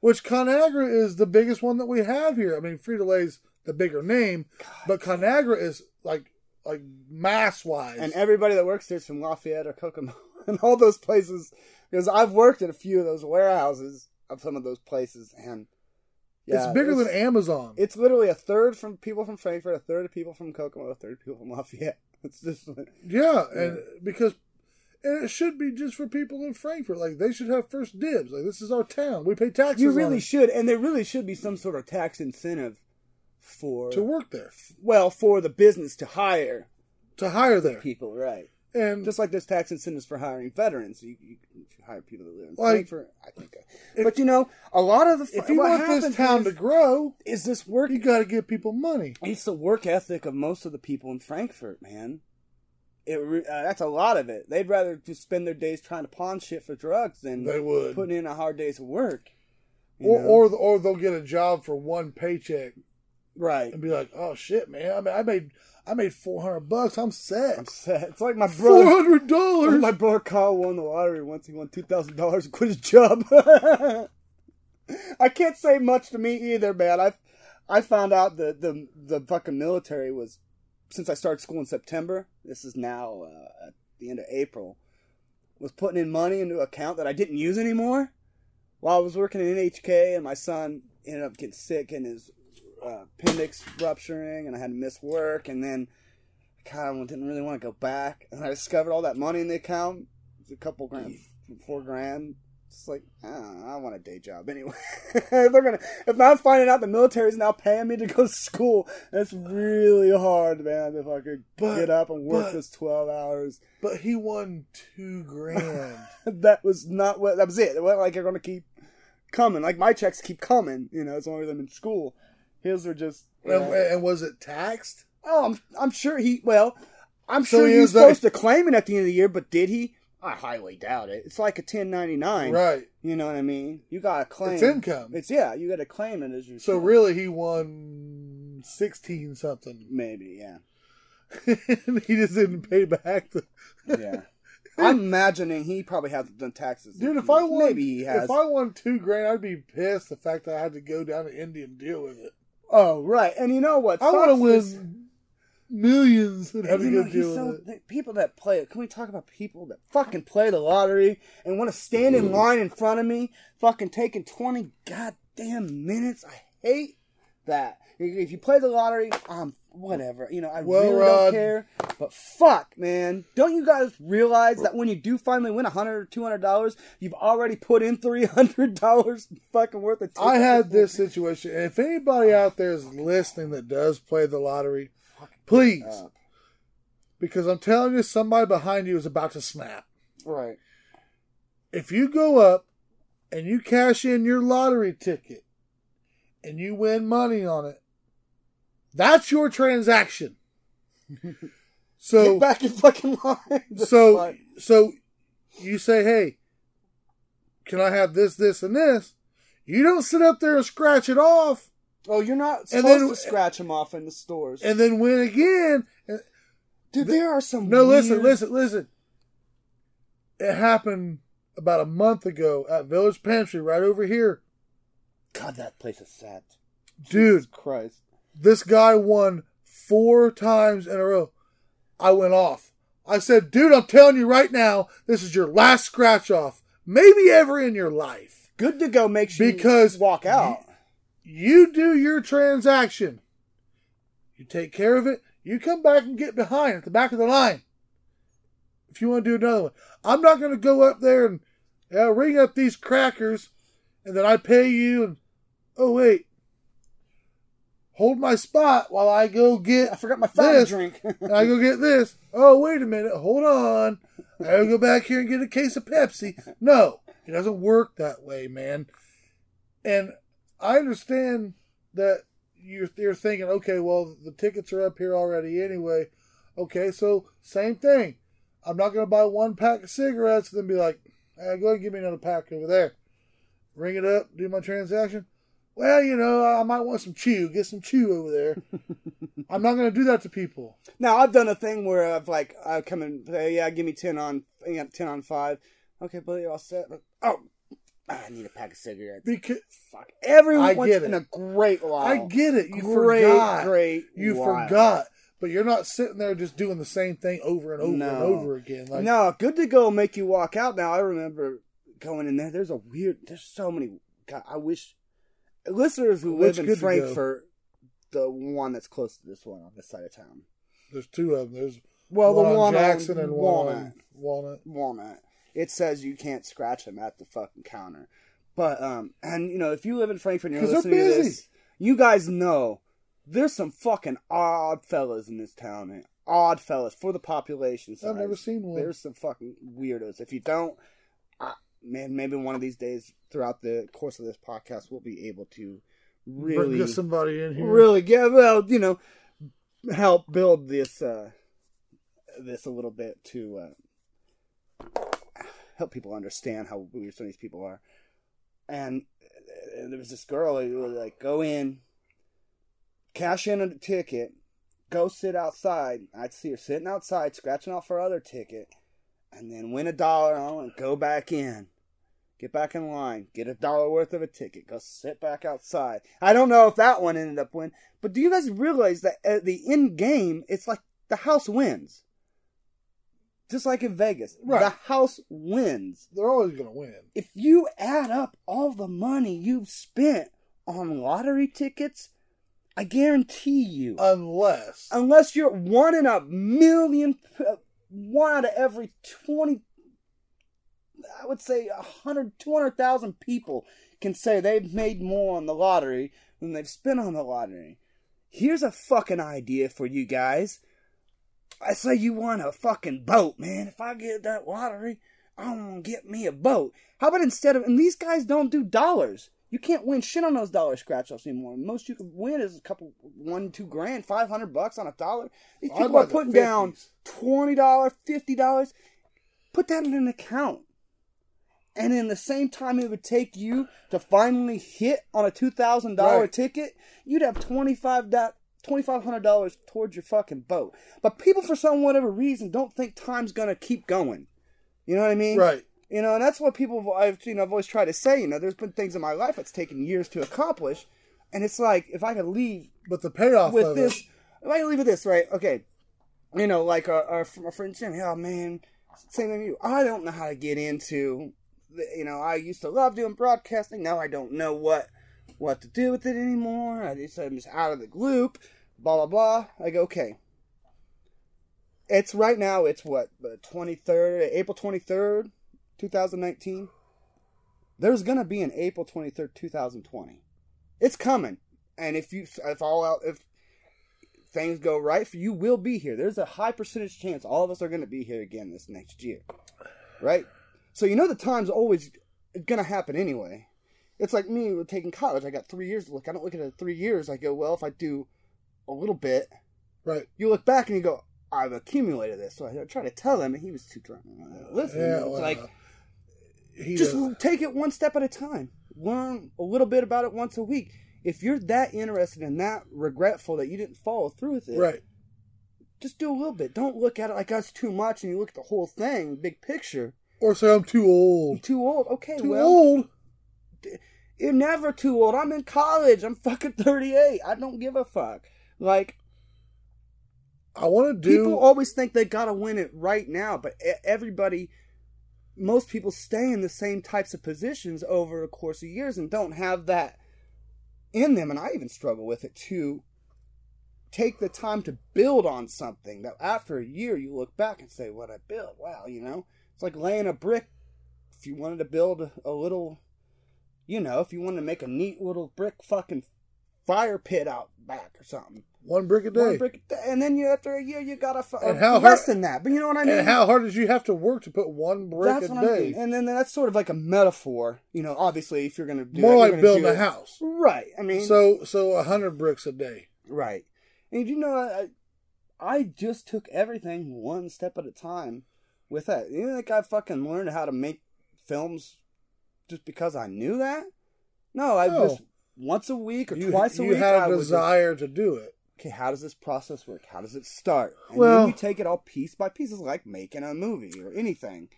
[SPEAKER 2] which Conagra is the biggest one that we have here. I mean, Frito Lay's the bigger name, but Conagra is like like mass wise.
[SPEAKER 1] and everybody that works there's from Lafayette or Kokomo and all those places. Because I've worked at a few of those warehouses of some of those places, and yeah,
[SPEAKER 2] it's bigger
[SPEAKER 1] it's,
[SPEAKER 2] than Amazon.
[SPEAKER 1] It's literally a third from people from Frankfurt, a third of people from Kokomo, a third of people from Lafayette. It's just
[SPEAKER 2] yeah, and because and it should be just for people in Frankfurt. Like they should have first dibs. Like this is our town. We pay taxes.
[SPEAKER 1] you
[SPEAKER 2] on
[SPEAKER 1] really
[SPEAKER 2] it
[SPEAKER 1] should, and there really should be some sort of tax incentive for
[SPEAKER 2] to work there,
[SPEAKER 1] well for the business to hire
[SPEAKER 2] to hire there.
[SPEAKER 1] people, right?
[SPEAKER 2] And
[SPEAKER 1] Just like there's tax incentives for hiring veterans, you, you, if you hire people that live in
[SPEAKER 2] Like-
[SPEAKER 1] Frankfurt. I think,
[SPEAKER 2] if-
[SPEAKER 1] but you know, a lot of the
[SPEAKER 2] if you
[SPEAKER 1] what
[SPEAKER 2] want this
[SPEAKER 1] happens
[SPEAKER 2] town
[SPEAKER 1] is-
[SPEAKER 2] to grow,
[SPEAKER 1] is this work
[SPEAKER 2] you got to give people money.
[SPEAKER 1] it's the work ethic of most of the people in Frankfurt, man. It re- uh, that's a lot of it. They'd rather just spend their days trying to pawn shit for drugs than
[SPEAKER 2] They would.
[SPEAKER 1] putting in a hard day's of work. you
[SPEAKER 2] Or,
[SPEAKER 1] know?
[SPEAKER 2] or or they'll get a job for one paycheck
[SPEAKER 1] right,
[SPEAKER 2] and be like, "Oh shit, man! I mean, I made I made four hundred bucks. I'm
[SPEAKER 1] I'm
[SPEAKER 2] set.
[SPEAKER 1] sad. It's like my
[SPEAKER 2] Four
[SPEAKER 1] brother.
[SPEAKER 2] hundred dollars.
[SPEAKER 1] My brother Kyle won the lottery once. He won two thousand dollars and quit his job. I can't say much to me either, man. I I found out the the the fucking military was since I started school in September. This is now uh, at the end of April. Was putting in money into an account that I didn't use anymore while I was working in NHK, and my son ended up getting sick and his uh, appendix rupturing, and I had to miss work, and then kind of didn't really want to go back. And I discovered all that money in the account, it was a couple grand, four grand. It's like I, don't know, I want a day job anyway. if they're gonna, if I'm finding out the military's now paying me to go to school, that's really hard, man. If I could
[SPEAKER 2] But-
[SPEAKER 1] get up and work
[SPEAKER 2] but-
[SPEAKER 1] those twelve hours,
[SPEAKER 2] but he won two grand.
[SPEAKER 1] that was not what. That was it. It wasn't like they're gonna keep coming. Like my checks keep coming, you know, as long as I'm in school. His were just. you know.
[SPEAKER 2] and, and was it taxed?
[SPEAKER 1] Oh, I'm I'm sure he. Well, I'm
[SPEAKER 2] So
[SPEAKER 1] sure
[SPEAKER 2] he
[SPEAKER 1] he was
[SPEAKER 2] is, uh,
[SPEAKER 1] supposed to claim it at the end of the year, but did he? I highly doubt it. It's like a 1099.
[SPEAKER 2] Right.
[SPEAKER 1] You know what I mean? You got to claim.
[SPEAKER 2] It's income.
[SPEAKER 1] It's yeah. You got to claim it as your.
[SPEAKER 2] so
[SPEAKER 1] shit.
[SPEAKER 2] really, he won sixteen something.
[SPEAKER 1] maybe yeah
[SPEAKER 2] And he just didn't pay back. The,
[SPEAKER 1] yeah. I'm imagining he probably hasn't done taxes.
[SPEAKER 2] dude, if I won,
[SPEAKER 1] maybe he has.
[SPEAKER 2] if I won two grand, I'd be pissed. The fact that I had to go down to India and deal with it.
[SPEAKER 1] oh right, and you know what?
[SPEAKER 2] I want to
[SPEAKER 1] Fox is-
[SPEAKER 2] win millions and have
[SPEAKER 1] And
[SPEAKER 2] to
[SPEAKER 1] you
[SPEAKER 2] go
[SPEAKER 1] know, he's
[SPEAKER 2] deal with
[SPEAKER 1] so-
[SPEAKER 2] it.
[SPEAKER 1] the people that play. Can we talk about people that fucking play the lottery and want to stand in line in front of me, fucking taking twenty goddamn minutes? I hate that. If you play the lottery, um, whatever. You know, I
[SPEAKER 2] Well,
[SPEAKER 1] really
[SPEAKER 2] Rod.
[SPEAKER 1] don't care. But fuck, man, don't you guys realize that when you do finally win a hundred or two hundred dollars, you've already put in three hundred dollars fucking worth of.
[SPEAKER 2] I had
[SPEAKER 1] tickets?
[SPEAKER 2] this situation. and If anybody out there is listening that does play the lottery, please,
[SPEAKER 1] Uh,
[SPEAKER 2] because I'm telling you, somebody behind you is about to snap.
[SPEAKER 1] right.
[SPEAKER 2] If you go up and you cash in your lottery ticket and you win money on it, that's your transaction.
[SPEAKER 1] Get
[SPEAKER 2] so,
[SPEAKER 1] back in fucking line.
[SPEAKER 2] so, so you say, hey, can I have this, this, and this? You don't sit up there and scratch it off.
[SPEAKER 1] Oh, you're not
[SPEAKER 2] And
[SPEAKER 1] supposed
[SPEAKER 2] then-
[SPEAKER 1] to scratch them off in the stores.
[SPEAKER 2] and then win again. And-
[SPEAKER 1] Dude, there are some.
[SPEAKER 2] No, listen,
[SPEAKER 1] weird-
[SPEAKER 2] listen, listen. It happened about a month ago at Village Pantry right over here.
[SPEAKER 1] God, that place is sad.
[SPEAKER 2] Dude,
[SPEAKER 1] Jesus Christ.
[SPEAKER 2] this guy won four times in a row. I went off. I said, dude, I'm telling you right now, this is your last scratch off, maybe ever in your life.
[SPEAKER 1] Good to go makes you
[SPEAKER 2] Because
[SPEAKER 1] walk out.
[SPEAKER 2] You do your transaction, you take care of it, you come back and get behind at the back of the line. If you want to do another one, I'm not going to go up there and uh, ring up these crackers and then I pay you and oh, wait, hold my spot while I go get
[SPEAKER 1] I forgot my fountain
[SPEAKER 2] this,
[SPEAKER 1] drink.
[SPEAKER 2] and I go get this. Oh, wait a minute. Hold on. I gotta go back here and get a case of Pepsi. No, it doesn't work that way, man. And I understand that you're, you're thinking, okay, well, the tickets are up here already anyway. Okay, so same thing. I'm not gonna buy one pack of cigarettes and then be like, hey, go ahead and give me another pack over there. Ring it up, do my transaction. Well, you know, I might want some chew. Get some chew over there. I'm not gonna do that to people.
[SPEAKER 1] now I've done a thing where I've like I come and say, yeah, give me ten on yeah, ten on five. Okay, buddy, you're all set. Oh, I need a pack of cigarettes.
[SPEAKER 2] Because
[SPEAKER 1] Fuck. Everyone's
[SPEAKER 2] I get it.
[SPEAKER 1] in a great while.
[SPEAKER 2] I get it. You
[SPEAKER 1] great,
[SPEAKER 2] forgot.
[SPEAKER 1] great.
[SPEAKER 2] you
[SPEAKER 1] while.
[SPEAKER 2] forgot. But you're not sitting there just doing the same thing over and over and
[SPEAKER 1] No.
[SPEAKER 2] over again. Like
[SPEAKER 1] no, good to go make you walk out. Now I remember going in there. There's a weird. There's so many. God, I wish listeners who
[SPEAKER 2] Which
[SPEAKER 1] live in
[SPEAKER 2] Good To Go?
[SPEAKER 1] Frankfurt, the one that's close to this one on this side of town.
[SPEAKER 2] there's two of them. There's
[SPEAKER 1] Well,
[SPEAKER 2] one
[SPEAKER 1] the
[SPEAKER 2] on
[SPEAKER 1] one
[SPEAKER 2] Jackson
[SPEAKER 1] on
[SPEAKER 2] and one
[SPEAKER 1] Walnut.
[SPEAKER 2] on Walnut.
[SPEAKER 1] Walnut. It says you can't scratch them at the fucking counter. But um, and you know if you live in Frankfurt, and you're
[SPEAKER 2] 'Cause they're
[SPEAKER 1] listening to
[SPEAKER 2] busy.
[SPEAKER 1] this. You guys know there's some fucking odd fellas in this town. odd fellas for the population. Size.
[SPEAKER 2] I've never seen one.
[SPEAKER 1] There's some fucking weirdos. If you don't, I, man, maybe one of these days throughout the course of this podcast, we'll be able to
[SPEAKER 2] Bring
[SPEAKER 1] really,
[SPEAKER 2] get somebody in here.
[SPEAKER 1] really get well, you know, help build this uh, this a little bit to uh, help people understand how weird some of these people are. And uh, there was this girl who was like, "Go in, cash in a ticket." go sit outside. I'd see her sitting outside, scratching off her other ticket, and then win a dollar on and go back in. Get back in line, get a dollar worth of a ticket, go sit back outside. I don't know if that one ended up win, but do you guys realize that at the end game, it's like the house wins. Just like in Vegas,
[SPEAKER 2] Right.
[SPEAKER 1] the house wins.
[SPEAKER 2] They're always going to win.
[SPEAKER 1] If you add up all the money you've spent on lottery tickets, I guarantee you uh,
[SPEAKER 2] Unless.
[SPEAKER 1] unless you're one in a million, uh, one out of every 20, I would say 100, 200,000 people can say they've made more on the lottery than they've spent on the lottery. Here's a fucking idea for you guys. I say you want a fucking boat, man. If I get that lottery, I'm gonna get me a boat. How about instead of, and these guys don't do dollars. You can't win shit on those dollar scratch offs anymore. Most you can win is a couple, one, two grand, 500 bucks on a dollar. These
[SPEAKER 2] I'd
[SPEAKER 1] people are
[SPEAKER 2] like the
[SPEAKER 1] putting down
[SPEAKER 2] 50s.
[SPEAKER 1] $20, $50. Put that in an account. And in the same time it would take you to finally hit on a $2,000
[SPEAKER 2] Right.
[SPEAKER 1] ticket, you'd have $25 do- $2,500 towards your fucking boat. But people, for some whatever reason, don't think time's going to keep going. You know what I mean?
[SPEAKER 2] Right.
[SPEAKER 1] You know, and that's what people have- I've you know I've always tried to say. You know, there's been things in my life that's taken years to accomplish, and it's like if I could leave
[SPEAKER 2] But the payoff
[SPEAKER 1] with
[SPEAKER 2] of
[SPEAKER 1] this,
[SPEAKER 2] it.
[SPEAKER 1] if I could leave with this, right? Okay, you know, like our our, fr- our friend Jimmy. Oh man, same thing. with You, I don't know how to get into. The, you know, I used to love doing broadcasting. Now I don't know what what to do with it anymore. I just I'm just out of the loop. Blah blah blah. I go okay. It's right now. It's what the 23rd, April 23rd, 2019. There's gonna be an April 23rd, 2020. It's coming, and if you if all out if things go right for you, will be here. There's a high percentage chance all of us are gonna be here again this next year, right? So you know the time's always gonna happen anyway. It's like me with taking college. I got three years to look. I don't look at it at three years. I go, well, if I do a little bit,
[SPEAKER 2] Right.
[SPEAKER 1] you look back and you go, I've accumulated this. So I try to tell him, and he was too drunk. Listen,
[SPEAKER 2] Yeah,
[SPEAKER 1] it's
[SPEAKER 2] well,
[SPEAKER 1] like
[SPEAKER 2] He
[SPEAKER 1] just
[SPEAKER 2] does.
[SPEAKER 1] take it one step at a time. Learn a little bit about it once a week. If you're that interested and that regretful that you didn't follow through with it,
[SPEAKER 2] Right.
[SPEAKER 1] just do a little bit. Don't look at it like that's too much and you look at the whole thing, big picture.
[SPEAKER 2] Or say, I'm too
[SPEAKER 1] You're
[SPEAKER 2] old.
[SPEAKER 1] too old. Okay,
[SPEAKER 2] Too
[SPEAKER 1] well,
[SPEAKER 2] old?
[SPEAKER 1] you're never too old. I'm in college. I'm fucking 38. I don't give a fuck. Like,
[SPEAKER 2] I want to do.
[SPEAKER 1] people always think they gotta win it right now, but e- everybody, most people stay in the same types of positions over the course of years and don't have that in them. And I even struggle with it to take the time to build on something that after a year you look back and say, "What I built? Wow!" You know, it's like laying a brick. If you wanted to build a little, you know, if you wanted to make a neat little brick fucking fire pit out back or something.
[SPEAKER 2] one brick a day.
[SPEAKER 1] One brick- and then you after a year you got a
[SPEAKER 2] And how
[SPEAKER 1] less
[SPEAKER 2] hard-
[SPEAKER 1] than that. But you know what I mean?
[SPEAKER 2] and how hard did you have to work to put one brick
[SPEAKER 1] that's
[SPEAKER 2] a
[SPEAKER 1] what I
[SPEAKER 2] day?
[SPEAKER 1] mean. And then that's sort of like a metaphor. You know, obviously if you're going to do
[SPEAKER 2] More
[SPEAKER 1] that, you're
[SPEAKER 2] like
[SPEAKER 1] gonna
[SPEAKER 2] building
[SPEAKER 1] do
[SPEAKER 2] a
[SPEAKER 1] it-
[SPEAKER 2] house.
[SPEAKER 1] Right. I mean,
[SPEAKER 2] So, so a hundred bricks a day.
[SPEAKER 1] right. And you know, I, I just took everything one step at a time with that. You think I fucking learned how to make films just because I knew that? No, I
[SPEAKER 2] No.
[SPEAKER 1] just once a week or
[SPEAKER 2] You,
[SPEAKER 1] twice a
[SPEAKER 2] you
[SPEAKER 1] week.
[SPEAKER 2] had
[SPEAKER 1] I
[SPEAKER 2] a
[SPEAKER 1] would just-
[SPEAKER 2] desire to do it.
[SPEAKER 1] okay, how does this process work? How does it start? And
[SPEAKER 2] Well-
[SPEAKER 1] then you take it all piece by piece. It's like making a movie or anything.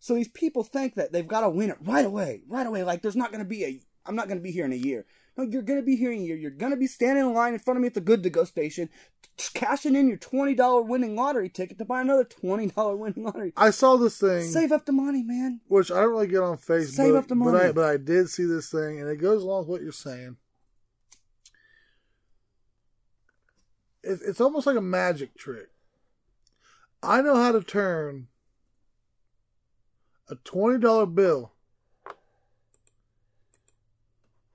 [SPEAKER 1] So these people think that they've got to win it right away, right away. Like there's not going to be a, I'm not going to be here in a year. No, you're going to be here in a year. You're going to be standing in line in front of me at the good to go station, t- cashing in your twenty dollar winning lottery ticket to buy another twenty dollar winning lottery.
[SPEAKER 2] I saw this thing,
[SPEAKER 1] Save up the money, man.
[SPEAKER 2] which I don't really get on Facebook.
[SPEAKER 1] Save up the
[SPEAKER 2] But I,
[SPEAKER 1] money.
[SPEAKER 2] but I did see this thing, and it goes along with what you're saying. It, it's almost like a magic trick. I know how to turn a twenty dollar bill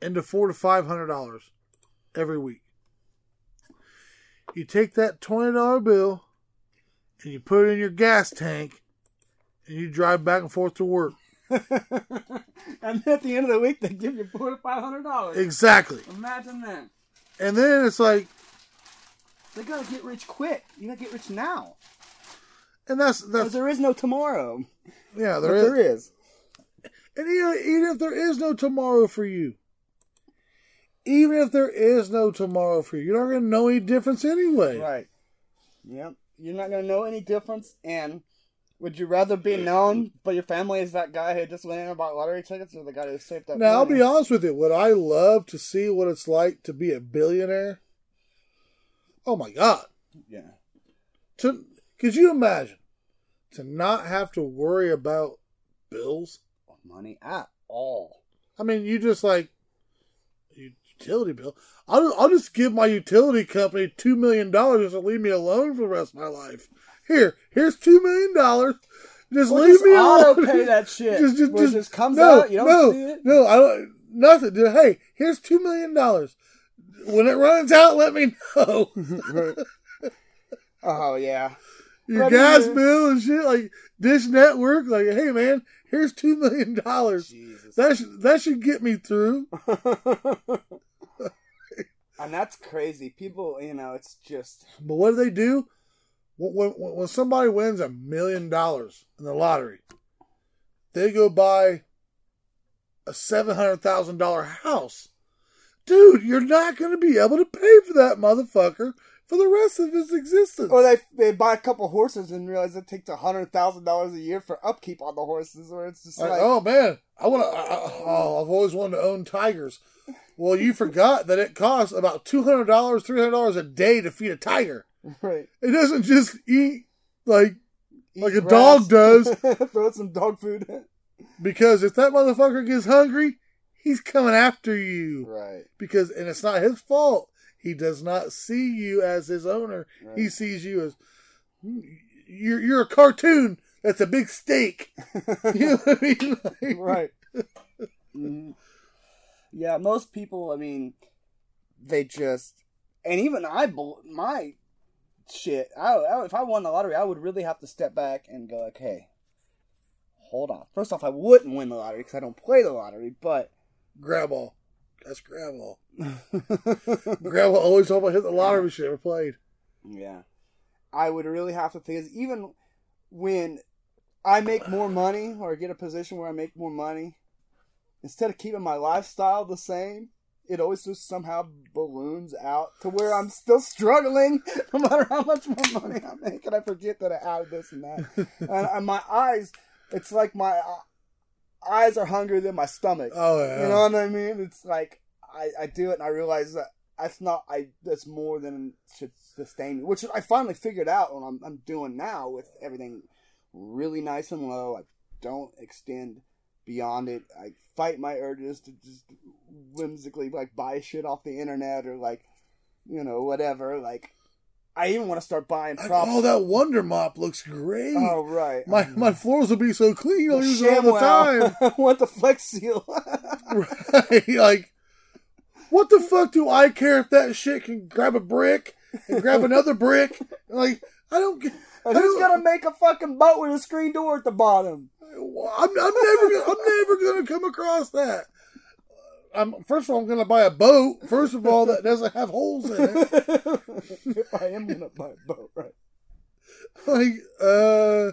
[SPEAKER 2] into four to five hundred dollars every week. You take that twenty dollar bill and you put it in your gas tank and you drive back and forth to work.
[SPEAKER 1] and at the end of the week, they give you four to five hundred dollars.
[SPEAKER 2] Exactly.
[SPEAKER 1] Imagine that.
[SPEAKER 2] And then it's like,
[SPEAKER 1] They gotta get rich quick. You gotta get rich now.
[SPEAKER 2] and that's,
[SPEAKER 1] 'Cause
[SPEAKER 2] that's
[SPEAKER 1] there is no tomorrow.
[SPEAKER 2] yeah,
[SPEAKER 1] But
[SPEAKER 2] there is.
[SPEAKER 1] there is.
[SPEAKER 2] And even, even if there is no tomorrow for you, even if there is no tomorrow for you, you're not going to know any difference anyway.
[SPEAKER 1] Right. Yep. You're not gonna know any difference. And would you rather be known by your family as that guy who just went in and bought lottery tickets, or the guy who saved that?
[SPEAKER 2] Now, I'll
[SPEAKER 1] money?
[SPEAKER 2] be honest with you. Would I love to see what it's like to be a billionaire? Oh my God.
[SPEAKER 1] Yeah.
[SPEAKER 2] To, could you imagine to not have to worry about bills?
[SPEAKER 1] Money at all.
[SPEAKER 2] I mean, you just like utility bill. I'll, I'll just give my utility company two million dollars just to leave me alone for the rest of my life. Here, here's two million dollars. Just
[SPEAKER 1] Well,
[SPEAKER 2] leave
[SPEAKER 1] just
[SPEAKER 2] me alone.
[SPEAKER 1] auto-pay that shit, where it just comes
[SPEAKER 2] no,
[SPEAKER 1] out, you don't
[SPEAKER 2] no,
[SPEAKER 1] see it.
[SPEAKER 2] No, I don't. Nothing. Just, hey, here's two million dollars. When it runs out, let me know.
[SPEAKER 1] Oh yeah.
[SPEAKER 2] Your
[SPEAKER 1] But, uh,
[SPEAKER 2] gas bill and shit, like Dish Network, like, hey man, here's two million dollars.
[SPEAKER 1] Jesus.
[SPEAKER 2] That should, that should get me through.
[SPEAKER 1] and that's crazy. People, you know, it's just
[SPEAKER 2] But what do they do? When, when, when somebody wins a million dollars in the lottery, they go buy a $700,000 house. Dude, you're not going to be able to pay for that motherfucker for the rest of his existence.
[SPEAKER 1] Or they they buy a couple horses and realize it takes a hundred thousand dollars a year for upkeep on the horses, or it's just
[SPEAKER 2] Like,
[SPEAKER 1] like,
[SPEAKER 2] oh man, I want to. Oh, I've always wanted to own tigers. Well, you forgot that it costs about two hundred dollars, three hundred dollars a day to feed a tiger.
[SPEAKER 1] right,
[SPEAKER 2] It doesn't just eat like Like a dog does.
[SPEAKER 1] Throw some dog food.
[SPEAKER 2] because if that motherfucker gets hungry, he's coming after you.
[SPEAKER 1] Right,
[SPEAKER 2] Because and it's not his fault. He does not see you as his owner.
[SPEAKER 1] right.
[SPEAKER 2] He sees you as hmm, you're you're a cartoon. That's a big steak. you know what I mean? Like,
[SPEAKER 1] right. Mhm. Yeah, most people. I mean, they just and even I, bel- my shit. I, I if I won the lottery, I would really have to step back and go, like, hey, hold on. First off, I wouldn't win the lottery because I don't play the lottery, but.
[SPEAKER 2] grab all. That's grab all. Grandma always told me I hit the lottery she never played.
[SPEAKER 1] Yeah. I would really have to think, 'cause even when I make more money or get a position where I make more money, instead of keeping my lifestyle the same, it always just somehow balloons out to where I'm still struggling no matter how much more money I make. And I forget that I have this and that. and, and my eyes, it's like my uh, eyes are hungrier than my stomach.
[SPEAKER 2] Oh yeah.
[SPEAKER 1] You know what I mean? It's like I, I do it and I realize that that's not I that's more than should sustain me, which I finally figured out what I'm I'm doing now with everything really nice and low. I don't extend beyond it. I fight my urges to just whimsically like buy shit off the internet or like you know whatever. Like I even want to start buying
[SPEAKER 2] Like,
[SPEAKER 1] props.
[SPEAKER 2] oh, that Wonder Mop looks great.
[SPEAKER 1] oh right,
[SPEAKER 2] my my floors will be so clean. I'll use it all the time.
[SPEAKER 1] ShamWow. I want the Flex Seal.
[SPEAKER 2] right? Like, what the fuck do I care if that shit can grab a brick and grab another brick? Like, I don't. get- I
[SPEAKER 1] And who's
[SPEAKER 2] don't
[SPEAKER 1] gonna make a fucking boat with a screen door at the bottom?
[SPEAKER 2] I'm, I'm never. gonna- I'm never gonna come across that. I'm first of all, I'm gonna buy a boat. First of all, that doesn't have holes in it.
[SPEAKER 1] if I am gonna buy a boat, right?
[SPEAKER 2] Like, uh.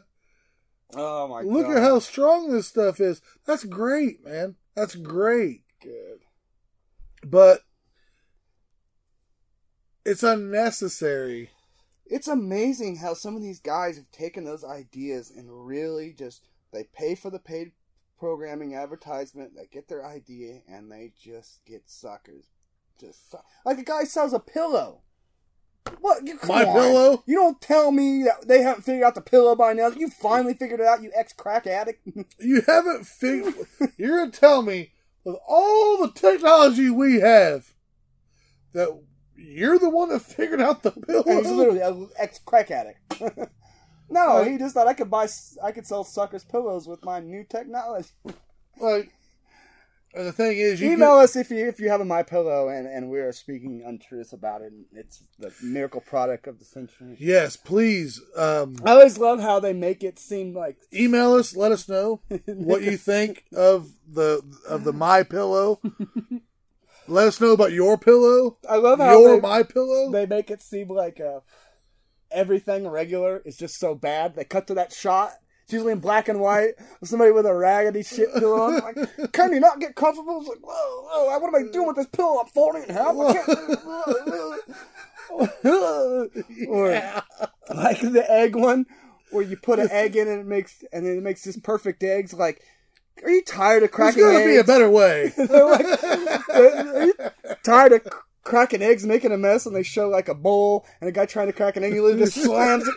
[SPEAKER 1] Oh my
[SPEAKER 2] Look at how strong this stuff is. That's great, man. That's great.
[SPEAKER 1] good.
[SPEAKER 2] But it's unnecessary.
[SPEAKER 1] It's amazing how some of these guys have taken those ideas and really just they pay for the paid programming advertisement, they get their idea, and they just get suckers. Just su- like a guy sells a pillow. What? You, come
[SPEAKER 2] My
[SPEAKER 1] on.
[SPEAKER 2] pillow?
[SPEAKER 1] You don't tell me that they haven't figured out the pillow by now. You finally figured it out, you ex crack addict.
[SPEAKER 2] You haven't figured. you're gonna tell me with all the technology we have that you're the one that figured out the
[SPEAKER 1] And he's
[SPEAKER 2] pillow.
[SPEAKER 1] literally an ex crack addict. no, he just thought I could buy, I could sell suckers pillows with my new technology.
[SPEAKER 2] Like, And the thing is, you
[SPEAKER 1] Email
[SPEAKER 2] can-
[SPEAKER 1] us if you if you have a My Pillow and, and we are speaking untruth about it. and It's the miracle product of the century.
[SPEAKER 2] Yes, please. Um,
[SPEAKER 1] I always love how they make it seem like
[SPEAKER 2] email us. Let us know what you think of the of the My Pillow. let us know about your pillow.
[SPEAKER 1] I love how
[SPEAKER 2] Your
[SPEAKER 1] they,
[SPEAKER 2] My Pillow.
[SPEAKER 1] they make it seem like uh, everything regular is just so bad. They cut to that shot. It's usually in black and white. with Somebody with a raggedy shit pillow. on. Like, can you not get comfortable? It's like, whoa, whoa! I- What am I doing with this pillow? I'm folding it in half. I can't. or like the egg one, where you put an egg in and it makes, and then it makes this perfect eggs. Like, are you tired of
[SPEAKER 2] There's
[SPEAKER 1] cracking
[SPEAKER 2] going to be a
[SPEAKER 1] eggs?
[SPEAKER 2] better way.
[SPEAKER 1] They're like, are you tired of cr- cracking eggs, making a mess, and they show like a bowl and a guy trying to crack an egg, and he literally just slams it.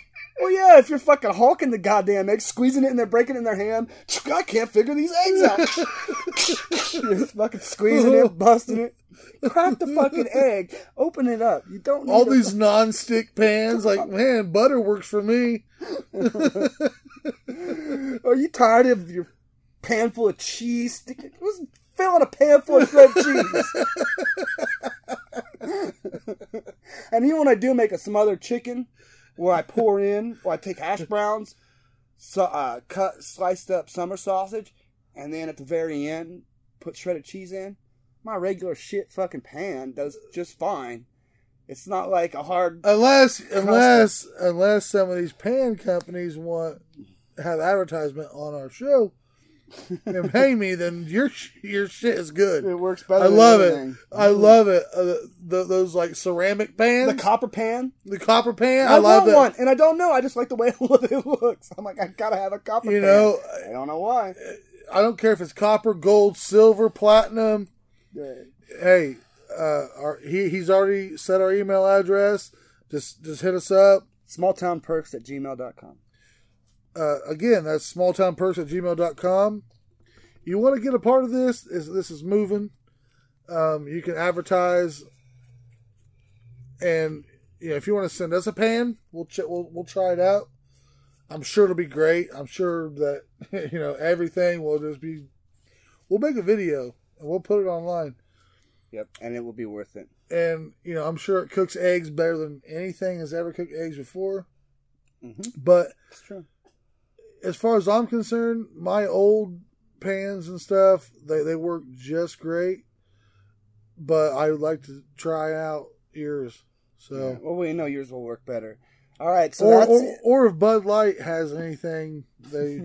[SPEAKER 1] well, yeah, if you're fucking hulking the goddamn egg, squeezing it and they're breaking it in their hand, I can't figure these eggs out. you're just fucking squeezing it, busting it. Crack the fucking egg, open it up. You don't need
[SPEAKER 2] All
[SPEAKER 1] to-
[SPEAKER 2] these non-stick pans, like man, butter works for me.
[SPEAKER 1] Are you tired of your pan full of cheese? Who's filling a pan full of shredded cheese? and even when I do make a smothered chicken, where I pour in, or I take hash browns, so, uh, cut sliced up summer sausage, and then at the very end put shredded cheese in. My regular shit fucking pan does just fine. It's not like a hard.
[SPEAKER 2] Unless, unless, unless some of these pan companies want have advertisement on our show and pay me, then your your shit is good.
[SPEAKER 1] It works better.
[SPEAKER 2] I
[SPEAKER 1] than
[SPEAKER 2] love it.
[SPEAKER 1] everything.
[SPEAKER 2] I love it. Uh, the, those like ceramic pans,
[SPEAKER 1] The
[SPEAKER 2] the,
[SPEAKER 1] copper pan.
[SPEAKER 2] copper pan.
[SPEAKER 1] I,
[SPEAKER 2] I, love
[SPEAKER 1] want
[SPEAKER 2] it.
[SPEAKER 1] one, and I don't know. I just like the way it looks. I'm like, I gotta have a copper.
[SPEAKER 2] You
[SPEAKER 1] pan.
[SPEAKER 2] know,
[SPEAKER 1] I don't know why.
[SPEAKER 2] I don't care if it's copper, gold, silver, platinum.
[SPEAKER 1] Yeah.
[SPEAKER 2] Hey, uh, our, he he's already set our email address. Just just hit us up.
[SPEAKER 1] Smalltownperks at gmail.com.
[SPEAKER 2] uh, again, that's smalltownperks at gmail.com. You want to get a part of this? Is this is moving? Um, you can advertise, and you know if you want to send us a pan, we'll ch- we'll we'll try it out. I'm sure it'll be great. I'm sure that you know everything will just be. We'll make a video and we'll put it online,
[SPEAKER 1] Yep, and it will be worth it.
[SPEAKER 2] and you know I'm sure it cooks eggs better than anything has ever cooked eggs before. But
[SPEAKER 1] It's Mm-hmm. true.
[SPEAKER 2] as far as I'm concerned, my old pans and stuff, they, they work just great. But I would like to try out yours. So
[SPEAKER 1] Well, we know yours will work better. All right, so
[SPEAKER 2] or,
[SPEAKER 1] that's
[SPEAKER 2] or,
[SPEAKER 1] it.
[SPEAKER 2] or if Bud Light has anything they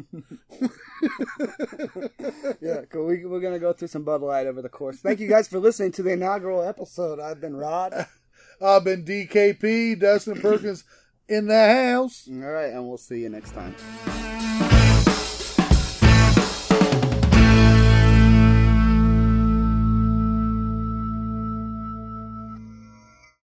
[SPEAKER 1] yeah. Cool. We, we're gonna go through some Bud Light over the course. Thank you guys for listening to the inaugural episode. I've been Rod.
[SPEAKER 2] I've been DKP, Dustin Perkins in the house.
[SPEAKER 1] All right, and we'll see you next time.